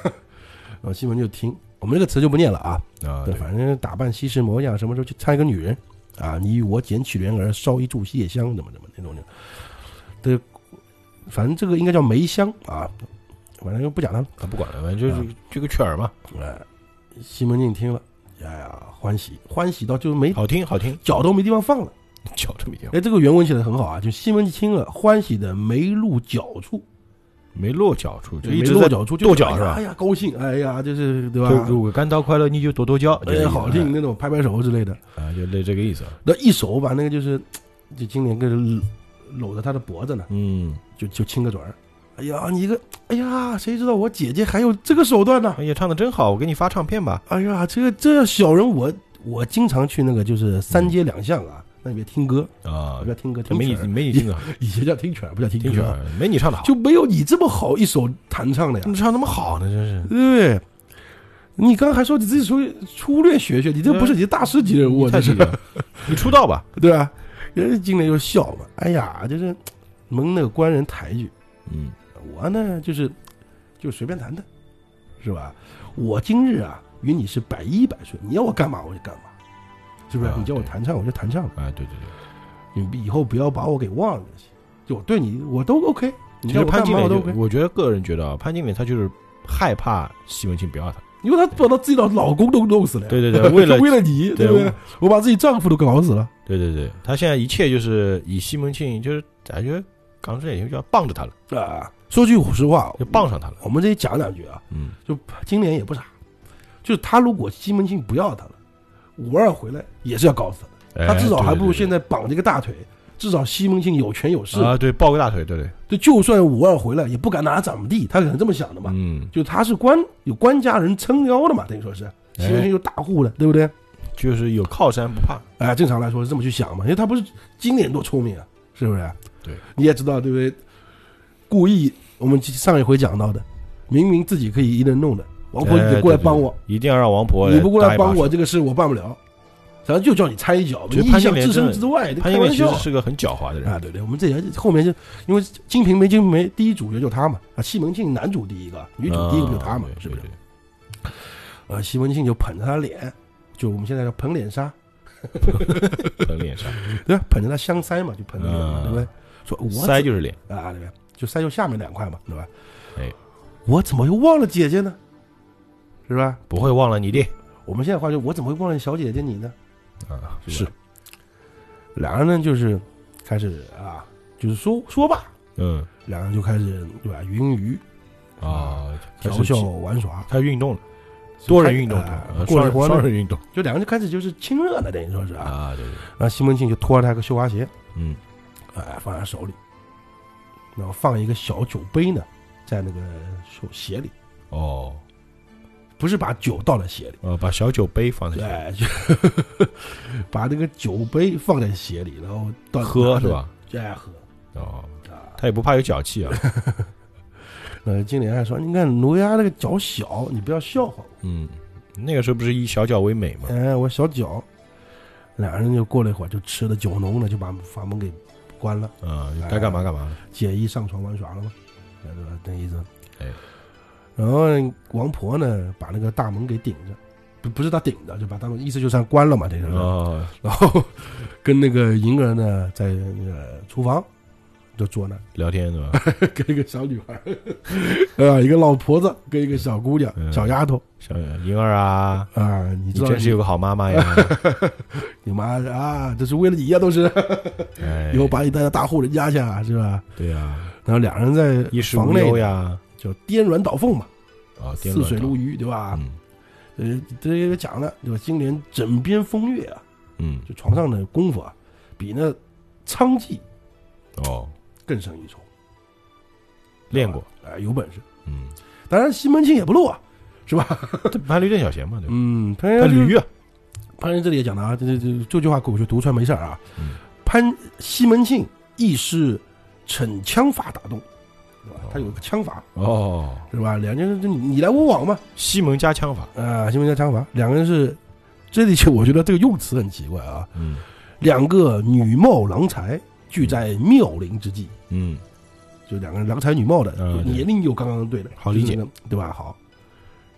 [SPEAKER 2] 然后西门就听，我们这个词就不念了啊，
[SPEAKER 1] 啊，
[SPEAKER 2] 对，反正打扮西施模样，什么时候去参一个女人啊？你与我剪取莲儿，烧一炷夜香，怎么怎么那种的。对，反正这个应该叫梅香啊，反正就不讲它了。
[SPEAKER 1] 他不管了，反正
[SPEAKER 2] 嗯
[SPEAKER 1] 就是这个曲儿嘛，
[SPEAKER 2] 哎，西门庆听了，哎呀，欢喜欢喜到就是没
[SPEAKER 1] 好听好听，
[SPEAKER 2] 脚都没地方放了。
[SPEAKER 1] 脚这么一条
[SPEAKER 2] 哎，这个原文写的很好啊，就西门庆听了，欢喜的没露脚处，
[SPEAKER 1] 没落脚处，就
[SPEAKER 2] 没
[SPEAKER 1] 一直
[SPEAKER 2] 落
[SPEAKER 1] 在
[SPEAKER 2] 脚处就
[SPEAKER 1] 跺脚
[SPEAKER 2] 哎呀
[SPEAKER 1] 是吧
[SPEAKER 2] 哎呀，高兴，哎呀，就是对
[SPEAKER 1] 就
[SPEAKER 2] 吧？
[SPEAKER 1] 如果感到快乐，你就跺跺脚，就这
[SPEAKER 2] 哎
[SPEAKER 1] 个意
[SPEAKER 2] 呀，
[SPEAKER 1] 思
[SPEAKER 2] 好听那种拍拍手之类的。
[SPEAKER 1] 啊，就这这个意思啊，
[SPEAKER 2] 那一手把那个就是，就金莲跟搂着他的脖子呢，
[SPEAKER 1] 嗯，
[SPEAKER 2] 就就亲个嘴儿。哎呀，你个，哎呀，谁知道我姐姐还有这个手段呢？
[SPEAKER 1] 哎呀，唱的真好，我给你发唱片吧，
[SPEAKER 2] 哎呀，这个这小人我，我经常去那个就是三街两巷啊，那里面听歌，
[SPEAKER 1] 啊
[SPEAKER 2] 不，叫听歌，听
[SPEAKER 1] 没
[SPEAKER 2] 曲
[SPEAKER 1] 你
[SPEAKER 2] 儿，
[SPEAKER 1] 没你 听的好，
[SPEAKER 2] 以前叫听曲儿，不叫听
[SPEAKER 1] 听曲
[SPEAKER 2] 歌，
[SPEAKER 1] 儿嗯没你唱的好，
[SPEAKER 2] 就没有你这么好一手弹唱的呀
[SPEAKER 1] 怎，么唱那么好呢？真 是
[SPEAKER 2] 对不对？你刚还说你自己粗粗略学学，你这不是你的大师级人物，啊
[SPEAKER 1] 太
[SPEAKER 2] 这
[SPEAKER 1] 低
[SPEAKER 2] 是
[SPEAKER 1] 了，你出道吧，
[SPEAKER 2] 对吧？人家经理就笑嘛，哎呀，就是蒙那个官人抬举，
[SPEAKER 1] 嗯，
[SPEAKER 2] 我呢就是就随便谈谈，是吧？我今日啊与你是百依百顺，你要我干嘛我就干嘛，是不是？
[SPEAKER 1] 啊
[SPEAKER 2] 你叫我
[SPEAKER 1] 对
[SPEAKER 2] 弹唱我就弹唱，
[SPEAKER 1] 哎，对对对，
[SPEAKER 2] 你以后不要把我给忘了就行。就我对你我都 OK，
[SPEAKER 1] 其
[SPEAKER 2] 你叫
[SPEAKER 1] 实
[SPEAKER 2] 我
[SPEAKER 1] 潘
[SPEAKER 2] 干
[SPEAKER 1] 金
[SPEAKER 2] 嘛我
[SPEAKER 1] 莲就
[SPEAKER 2] 都 OK，，
[SPEAKER 1] 我觉得个人觉得啊，潘金莲她就是害怕西门庆不要她，
[SPEAKER 2] 因为她把她自己的老公都弄死了呀。
[SPEAKER 1] 对对对，为了
[SPEAKER 2] 就为了你，对不对
[SPEAKER 1] 对？
[SPEAKER 2] 我把自己丈夫都搞死了。
[SPEAKER 1] 对对对，他现在一切就是以西门庆，就是感觉港式演员就要傍着他了，
[SPEAKER 2] 啊，说句实话，
[SPEAKER 1] 就傍上他了。
[SPEAKER 2] 我们这里讲两句啊，
[SPEAKER 1] 嗯，
[SPEAKER 2] 就金莲也不傻，就是他如果西门庆不要他了，五二回来也是要搞死他的。
[SPEAKER 1] 哎
[SPEAKER 2] 他至少还不如现
[SPEAKER 1] 在
[SPEAKER 2] 在绑着一个大腿，至少西门庆有权有势。
[SPEAKER 1] 啊，对，抱个大腿，对对，
[SPEAKER 2] 就就算五二回来，也不敢拿他怎么地，他可能这么想的嘛。
[SPEAKER 1] 嗯，
[SPEAKER 2] 就他是官有官家人撑腰的嘛，等于说
[SPEAKER 1] 哎
[SPEAKER 2] 是西门庆有大户了，对不对？
[SPEAKER 1] 就是有靠山不怕。
[SPEAKER 2] 哎，正常来说是这么去想嘛，因为他不是金莲多聪明啊，是不是？
[SPEAKER 1] 对，
[SPEAKER 2] 你也知道对不对？故意我们上一回讲到的，明明自己可以一人弄的，王婆你得过来帮我，
[SPEAKER 1] 哎，对对对一定要让王婆
[SPEAKER 2] 你不过来
[SPEAKER 1] 搭一把
[SPEAKER 2] 帮我
[SPEAKER 1] 手，
[SPEAKER 2] 这个事我办不了，咱就叫你掺一脚，
[SPEAKER 1] 觉
[SPEAKER 2] 你
[SPEAKER 1] 得
[SPEAKER 2] 意
[SPEAKER 1] 潘金
[SPEAKER 2] 想
[SPEAKER 1] 莲
[SPEAKER 2] 置
[SPEAKER 1] 真
[SPEAKER 2] 身
[SPEAKER 1] 的
[SPEAKER 2] 之外，你
[SPEAKER 1] 潘
[SPEAKER 2] 开
[SPEAKER 1] 金莲
[SPEAKER 2] 玩
[SPEAKER 1] 其实
[SPEAKER 2] 笑
[SPEAKER 1] 是个很狡猾的人，
[SPEAKER 2] 啊！对对，我们这也后面就因为《金瓶梅》《金瓶梅》第一主角就他嘛，啊，西门庆男主第一个，女主第一个不就他嘛
[SPEAKER 1] 啊，
[SPEAKER 2] 是不是？？
[SPEAKER 1] 对对
[SPEAKER 2] 啊，西门庆就捧着他脸，就我们现在叫捧脸杀，
[SPEAKER 1] 对 捧脸上，
[SPEAKER 2] 对吧？捧着他香腮嘛，就捧着脸嘛，
[SPEAKER 1] 啊
[SPEAKER 2] 对不对？说我
[SPEAKER 1] 腮就是脸，
[SPEAKER 2] 啊，对吧？就塞就下面两块嘛，对吧？
[SPEAKER 1] 哎，
[SPEAKER 2] 我怎么又忘了姐姐呢？是吧？
[SPEAKER 1] 不会忘了你的
[SPEAKER 2] 我们现在话就我怎么会忘了小姐姐你呢？
[SPEAKER 1] 啊，
[SPEAKER 2] 是
[SPEAKER 1] 吧，
[SPEAKER 2] 两个人呢就是开始啊，就是说说吧，
[SPEAKER 1] 嗯
[SPEAKER 2] 两个人就开始对吧？云鱼
[SPEAKER 1] 啊，开
[SPEAKER 2] 调
[SPEAKER 1] 始
[SPEAKER 2] 笑玩耍，
[SPEAKER 1] 他运动了，多人运动，
[SPEAKER 2] 啊
[SPEAKER 1] 呃
[SPEAKER 2] 过
[SPEAKER 1] 双
[SPEAKER 2] 了
[SPEAKER 1] 人
[SPEAKER 2] 活
[SPEAKER 1] 双
[SPEAKER 2] 呢，
[SPEAKER 1] 人运动
[SPEAKER 2] 就两个人就开始就是亲热了，等于说是啊。
[SPEAKER 1] 啊，对对，对
[SPEAKER 2] 然后西门庆就脱了他个绣花鞋，
[SPEAKER 1] 嗯，
[SPEAKER 2] 哎，放在手里，然后放一个小酒杯呢，在那个手鞋里，
[SPEAKER 1] 哦，
[SPEAKER 2] 不是把酒倒在鞋里，
[SPEAKER 1] 呃，把小酒杯放在下面
[SPEAKER 2] 哎，就 把这个酒杯放在鞋里，然后倒
[SPEAKER 1] 喝是？吧？
[SPEAKER 2] 就爱喝
[SPEAKER 1] 哦，
[SPEAKER 2] 啊。
[SPEAKER 1] 他也不怕有脚气 啊，
[SPEAKER 2] 呃，经理还说，你看奴家那个脚小，你不要笑话我。
[SPEAKER 1] 嗯，那个时候不是以小脚为美吗？
[SPEAKER 2] 哎，我小脚。两人就过了一会儿，就吃了酒浓了，就把房门给关了。
[SPEAKER 1] 啊，该干嘛干嘛了，
[SPEAKER 2] 解衣上床玩耍了吗？哎对吧？那意思。
[SPEAKER 1] 哎。
[SPEAKER 2] 然后王婆呢，把那个大门给顶着，不不是她顶着，就把大门意思就是关了嘛，这就是。
[SPEAKER 1] 哦，
[SPEAKER 2] 然后跟那个银儿呢，在那个厨房就坐那儿，
[SPEAKER 1] 聊天是吧？
[SPEAKER 2] 跟一个小女孩儿， 啊，一个老婆子跟一个小姑娘、
[SPEAKER 1] 嗯
[SPEAKER 2] 小丫头
[SPEAKER 1] 小银儿啊，
[SPEAKER 2] 啊，你
[SPEAKER 1] 你
[SPEAKER 2] 知道
[SPEAKER 1] 真是有个好妈妈 呀，
[SPEAKER 2] 你妈啊，这是为了你呀、都是
[SPEAKER 1] 哎，
[SPEAKER 2] 以后把你带到大户人家去啊，是吧？
[SPEAKER 1] 对 呀，
[SPEAKER 2] 然后两人在
[SPEAKER 1] 衣食
[SPEAKER 2] 房
[SPEAKER 1] 无
[SPEAKER 2] 内
[SPEAKER 1] 忧呀，
[SPEAKER 2] 就颠鸾倒凤嘛，
[SPEAKER 1] 啊，颠
[SPEAKER 2] 似
[SPEAKER 1] 鸾
[SPEAKER 2] 水
[SPEAKER 1] 倒
[SPEAKER 2] 如鱼，对吧？
[SPEAKER 1] 嗯
[SPEAKER 2] 呃，这也讲了，对吧？金莲枕边风月啊，
[SPEAKER 1] 嗯，
[SPEAKER 2] 就床上的功夫啊，比那娼妓
[SPEAKER 1] 哦，
[SPEAKER 2] 更胜一筹。
[SPEAKER 1] 练过，
[SPEAKER 2] 啊、有本事。
[SPEAKER 1] 嗯，
[SPEAKER 2] 当然，西门庆也不漏啊，是吧？
[SPEAKER 1] 这潘驴邓小闲嘛，对吧？
[SPEAKER 2] 嗯，潘
[SPEAKER 1] 他
[SPEAKER 2] 金莲
[SPEAKER 1] 驴啊，
[SPEAKER 2] 潘金莲这里也讲了啊，这这这这句话我就读出来没事儿啊。
[SPEAKER 1] 嗯
[SPEAKER 2] 潘西门庆亦是逞枪法打动，对吧
[SPEAKER 1] 哦？
[SPEAKER 2] 他有个枪法，
[SPEAKER 1] 哦，
[SPEAKER 2] 是吧？两人就你你来我往嘛，
[SPEAKER 1] 西门加枪法，
[SPEAKER 2] 啊、西门庆枪法，两个人是，这里就我觉得这个用词很奇怪啊，
[SPEAKER 1] 嗯
[SPEAKER 2] 两个女貌郎才聚在妙龄之际，
[SPEAKER 1] 嗯，
[SPEAKER 2] 就两个人郎才女貌的，
[SPEAKER 1] 嗯对
[SPEAKER 2] 年龄又刚刚对的，
[SPEAKER 1] 好理解
[SPEAKER 2] 就是那个，对吧？好，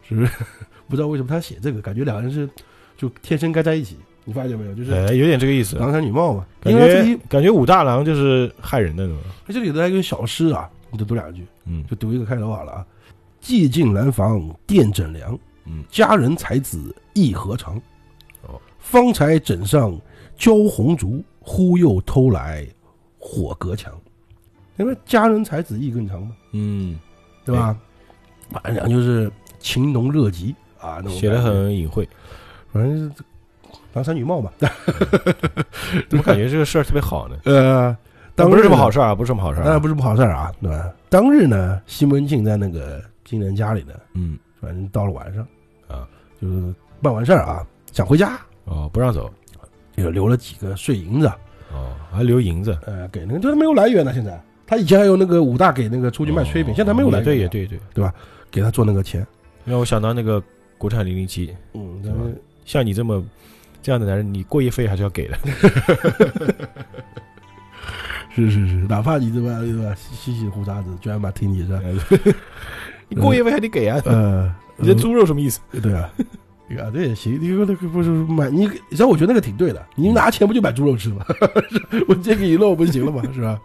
[SPEAKER 2] 是不是？ 不知道为什么他写这个，感觉两个人是就天生该在一起，你发现没有？就是
[SPEAKER 1] 哎，有点这个意思，
[SPEAKER 2] 郎才女貌嘛。
[SPEAKER 1] 感
[SPEAKER 2] 因为他这
[SPEAKER 1] 觉
[SPEAKER 2] 里
[SPEAKER 1] 感觉武大郎就是害人的那种，
[SPEAKER 2] 他这里头还有一个小诗啊，你就读两句，
[SPEAKER 1] 嗯
[SPEAKER 2] 就读一个开头好了啊。寂静兰房殿枕凉，
[SPEAKER 1] 嗯，
[SPEAKER 2] 佳人才子意何长？
[SPEAKER 1] 哦，
[SPEAKER 2] 方才枕上娇红烛，忽又偷来火隔墙。因为佳人才子意更长嘛，
[SPEAKER 1] 嗯，
[SPEAKER 2] 对吧？反正就是情浓热极啊，那种
[SPEAKER 1] 哎写的
[SPEAKER 2] 感觉，
[SPEAKER 1] 很隐 晦，
[SPEAKER 2] 反正是郎才女 貌嘛。
[SPEAKER 1] 怎么感觉这个事儿特别好呢？
[SPEAKER 2] 呃，
[SPEAKER 1] 但
[SPEAKER 2] 当
[SPEAKER 1] 不是
[SPEAKER 2] 日
[SPEAKER 1] 什么
[SPEAKER 2] 呢
[SPEAKER 1] 好，事儿啊，不是什么好事儿啊，
[SPEAKER 2] 当然不是不好事儿啊，对吧？当日呢，西门庆在那个金莲家里呢，
[SPEAKER 1] 嗯
[SPEAKER 2] 反正到了晚上
[SPEAKER 1] 啊，
[SPEAKER 2] 就是办完事儿啊，想回家，
[SPEAKER 1] 哦，不让走，
[SPEAKER 2] 就留了几个碎银子，
[SPEAKER 1] 哦，还留银子，
[SPEAKER 2] 呃，给那个，这他没有来源呢。现在他以前还有那个武大给那个出去卖炊饼，
[SPEAKER 1] 哦
[SPEAKER 2] 现在他没有来
[SPEAKER 1] 也
[SPEAKER 2] 源，
[SPEAKER 1] 对也，对对，
[SPEAKER 2] 给他做那个钱，
[SPEAKER 1] 让我想到那个国产零零七，
[SPEAKER 2] 嗯，
[SPEAKER 1] 对
[SPEAKER 2] 咱
[SPEAKER 1] 吧
[SPEAKER 2] 们
[SPEAKER 1] 像你这么这样的男人，你过夜费还是要给 的，
[SPEAKER 2] 是是是，哪怕你这么对吧，西西胡渣子，居然把听 你是，
[SPEAKER 1] 你过夜费还得给啊，
[SPEAKER 2] 呃，
[SPEAKER 1] 你这猪肉什么意思？
[SPEAKER 2] 对啊，对啊，这也行。你说那个不是买你，你知道我觉得那个挺对的。你拿钱不就买猪肉吃吗？ 是我借给你肉不就行了吗？ 是吧？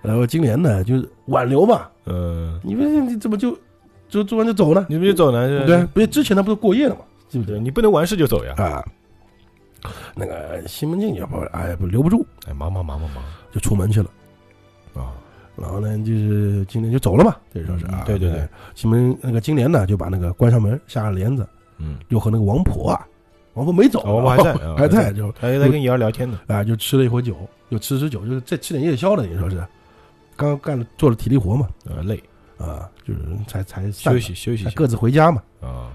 [SPEAKER 2] 然后金莲呢，就是挽留嘛，
[SPEAKER 1] 嗯，
[SPEAKER 2] 你们你怎么就就做完就走呢？
[SPEAKER 1] 你不就走呢？
[SPEAKER 2] 对，不是之前他不是过夜了嘛，对不
[SPEAKER 1] 对，
[SPEAKER 2] 对？
[SPEAKER 1] 你不能完事就走呀，
[SPEAKER 2] 啊，那个西门庆也不哎不留不住，
[SPEAKER 1] 哎，忙忙忙忙忙啊
[SPEAKER 2] 就出门去了。。
[SPEAKER 1] 哦
[SPEAKER 2] 然后呢，就是金莲就走了嘛，这说是
[SPEAKER 1] 嗯，
[SPEAKER 2] 啊
[SPEAKER 1] 对对对。
[SPEAKER 2] 西门那个金莲呢，就把那个关上门，下了帘子，
[SPEAKER 1] 嗯，
[SPEAKER 2] 又和那个王婆啊，王婆没走，
[SPEAKER 1] 哦王婆还 在啊
[SPEAKER 2] 还
[SPEAKER 1] 还在
[SPEAKER 2] 在就
[SPEAKER 1] 还在跟瑶聊天呢。
[SPEAKER 2] 啊，就吃了一会儿酒，就吃吃酒，就是再吃点夜宵了，也说是，刚刚干了做了体力活嘛，
[SPEAKER 1] 呃，累，
[SPEAKER 2] 啊，就是才才散
[SPEAKER 1] 休
[SPEAKER 2] 了，
[SPEAKER 1] 息休息一
[SPEAKER 2] 才
[SPEAKER 1] 下
[SPEAKER 2] 各自回家嘛。
[SPEAKER 1] 啊，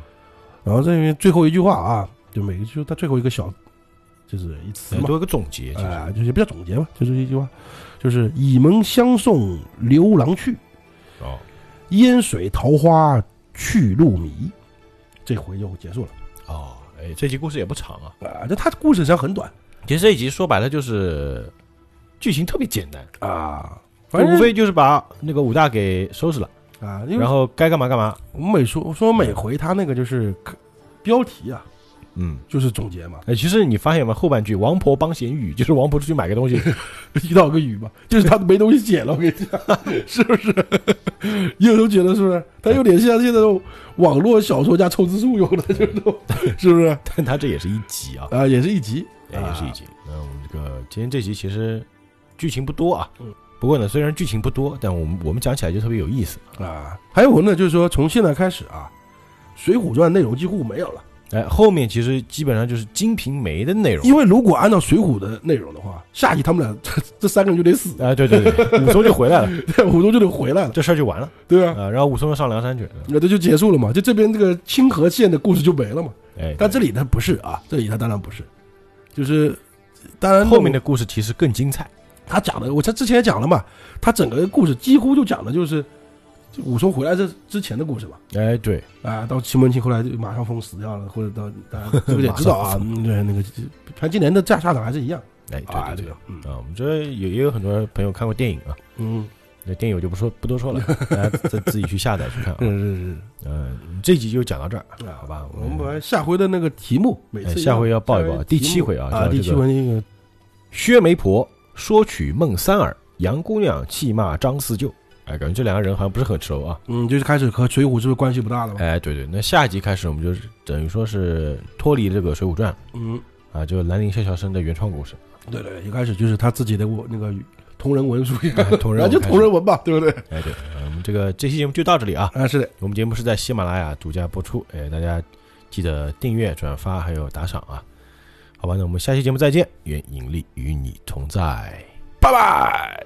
[SPEAKER 2] 然后这边最后一句话啊，就每个就他最后一个小就是一词
[SPEAKER 1] 来
[SPEAKER 2] 嘛，
[SPEAKER 1] 做一个总结，其实、
[SPEAKER 2] 啊、就是也不叫总结吧，就是一句话，就是以门相送刘郎去，
[SPEAKER 1] 哦，
[SPEAKER 2] 烟水桃花去路迷。这回就结束了
[SPEAKER 1] 哦，哎，这集故事也不长啊。
[SPEAKER 2] 啊！就它故事实际上很短
[SPEAKER 1] 其实这一集说白了就是剧情特别简单，
[SPEAKER 2] 啊，反正
[SPEAKER 1] 无非就是把那个武大给收拾了，
[SPEAKER 2] 啊，因为
[SPEAKER 1] 然后该干嘛干嘛。
[SPEAKER 2] 我们每说说每回他那个就是标题啊，
[SPEAKER 1] 嗯，
[SPEAKER 2] 就是总结嘛，
[SPEAKER 1] 哎，其实你发现吗？后半句“王婆帮闲雨” 就是王婆出去买个东西，
[SPEAKER 2] 一道个雨嘛，就是他没东西写了，我跟你讲， 是不是？有人觉得是不是？他有点像现在的网络小说家凑字数用的，就是那种， 是不是？
[SPEAKER 1] 但它这也是一集啊，
[SPEAKER 2] 啊，也是一集，
[SPEAKER 1] 哎也是一
[SPEAKER 2] 啊，
[SPEAKER 1] 集。那我们这个今天这集其实剧情不多啊
[SPEAKER 2] 嗯，
[SPEAKER 1] 不过呢，虽然剧情不多，但我们我们讲起来就特别有意思。
[SPEAKER 2] 啊。还有呢，就是说从现在开始啊，《水浒传》内容几乎没有了，
[SPEAKER 1] 哎，后面其实基本上就是《金瓶梅》的内容。
[SPEAKER 2] 因为如果按照《水浒》的内容的话，下集他们俩 这这三个人就得死，
[SPEAKER 1] 啊，对对对，武松就回来了，
[SPEAKER 2] 对，武松就得回来了，
[SPEAKER 1] 这事儿就完了
[SPEAKER 2] 对吧？
[SPEAKER 1] 啊。然后武松又上梁山去，嗯
[SPEAKER 2] 那这就结束了嘛？就这边这个清河县的故事就没了嘛？
[SPEAKER 1] 哎，
[SPEAKER 2] 但这里它不是啊，这里它当然不是，就是当然
[SPEAKER 1] 后面的故事其实更精彩。
[SPEAKER 2] 他讲的，我他之前也讲了嘛，他整个故事几乎就讲的就是就武松回来这之前的故事嘛。
[SPEAKER 1] 哎，对，
[SPEAKER 2] 啊，到西门庆后来就马上封死掉了，或者到大家这个也知 道
[SPEAKER 1] 马
[SPEAKER 2] 啊，
[SPEAKER 1] 上
[SPEAKER 2] 嗯对那个潘金莲的下下场还是一样
[SPEAKER 1] 哎，对
[SPEAKER 2] 啊，
[SPEAKER 1] 对
[SPEAKER 2] 这
[SPEAKER 1] 对
[SPEAKER 2] 个，嗯
[SPEAKER 1] 啊，我们这也也有很多朋友看过电影啊，
[SPEAKER 2] 嗯
[SPEAKER 1] 那电影我就不说不多说了，大家再自己去下载去看啊。
[SPEAKER 2] 嗯
[SPEAKER 1] 呃，这集就讲到这儿，
[SPEAKER 2] 是是，啊
[SPEAKER 1] 好吧？
[SPEAKER 2] 我们把下回的那个题目，每
[SPEAKER 1] 哎
[SPEAKER 2] 次
[SPEAKER 1] 下回要报一报
[SPEAKER 2] 下
[SPEAKER 1] 第
[SPEAKER 2] 题
[SPEAKER 1] 七
[SPEAKER 2] 目
[SPEAKER 1] 回啊
[SPEAKER 2] 啊，
[SPEAKER 1] 叫
[SPEAKER 2] 第
[SPEAKER 1] 这
[SPEAKER 2] 七
[SPEAKER 1] 个
[SPEAKER 2] 回那个
[SPEAKER 1] 薛媒婆说娶孟三儿，杨姑娘气骂张四舅。哎，感觉这两个人好像不是很熟啊。
[SPEAKER 2] 嗯，就是开始和水浒是不是关系不大了嘛？
[SPEAKER 1] 哎，对对，那下一集开始我们就是等于说是脱离这个《水浒传
[SPEAKER 2] 嗯，》
[SPEAKER 1] 啊，就兰陵笑笑生的原创故事，
[SPEAKER 2] 对对，一开始就是他自己的我那个同人文书，
[SPEAKER 1] 哎同人
[SPEAKER 2] 啊
[SPEAKER 1] 文
[SPEAKER 2] 就
[SPEAKER 1] 开始
[SPEAKER 2] 同人文吧，对不对？
[SPEAKER 1] 哎，对，呃我们这个这期节目就到这里啊。
[SPEAKER 2] 啊，是的，
[SPEAKER 1] 我们节目是在喜马拉雅独家播出，哎，大家记得订阅、转发还有打赏啊。好吧，那我们下期节目再见，愿引力与你同在。
[SPEAKER 2] 拜拜。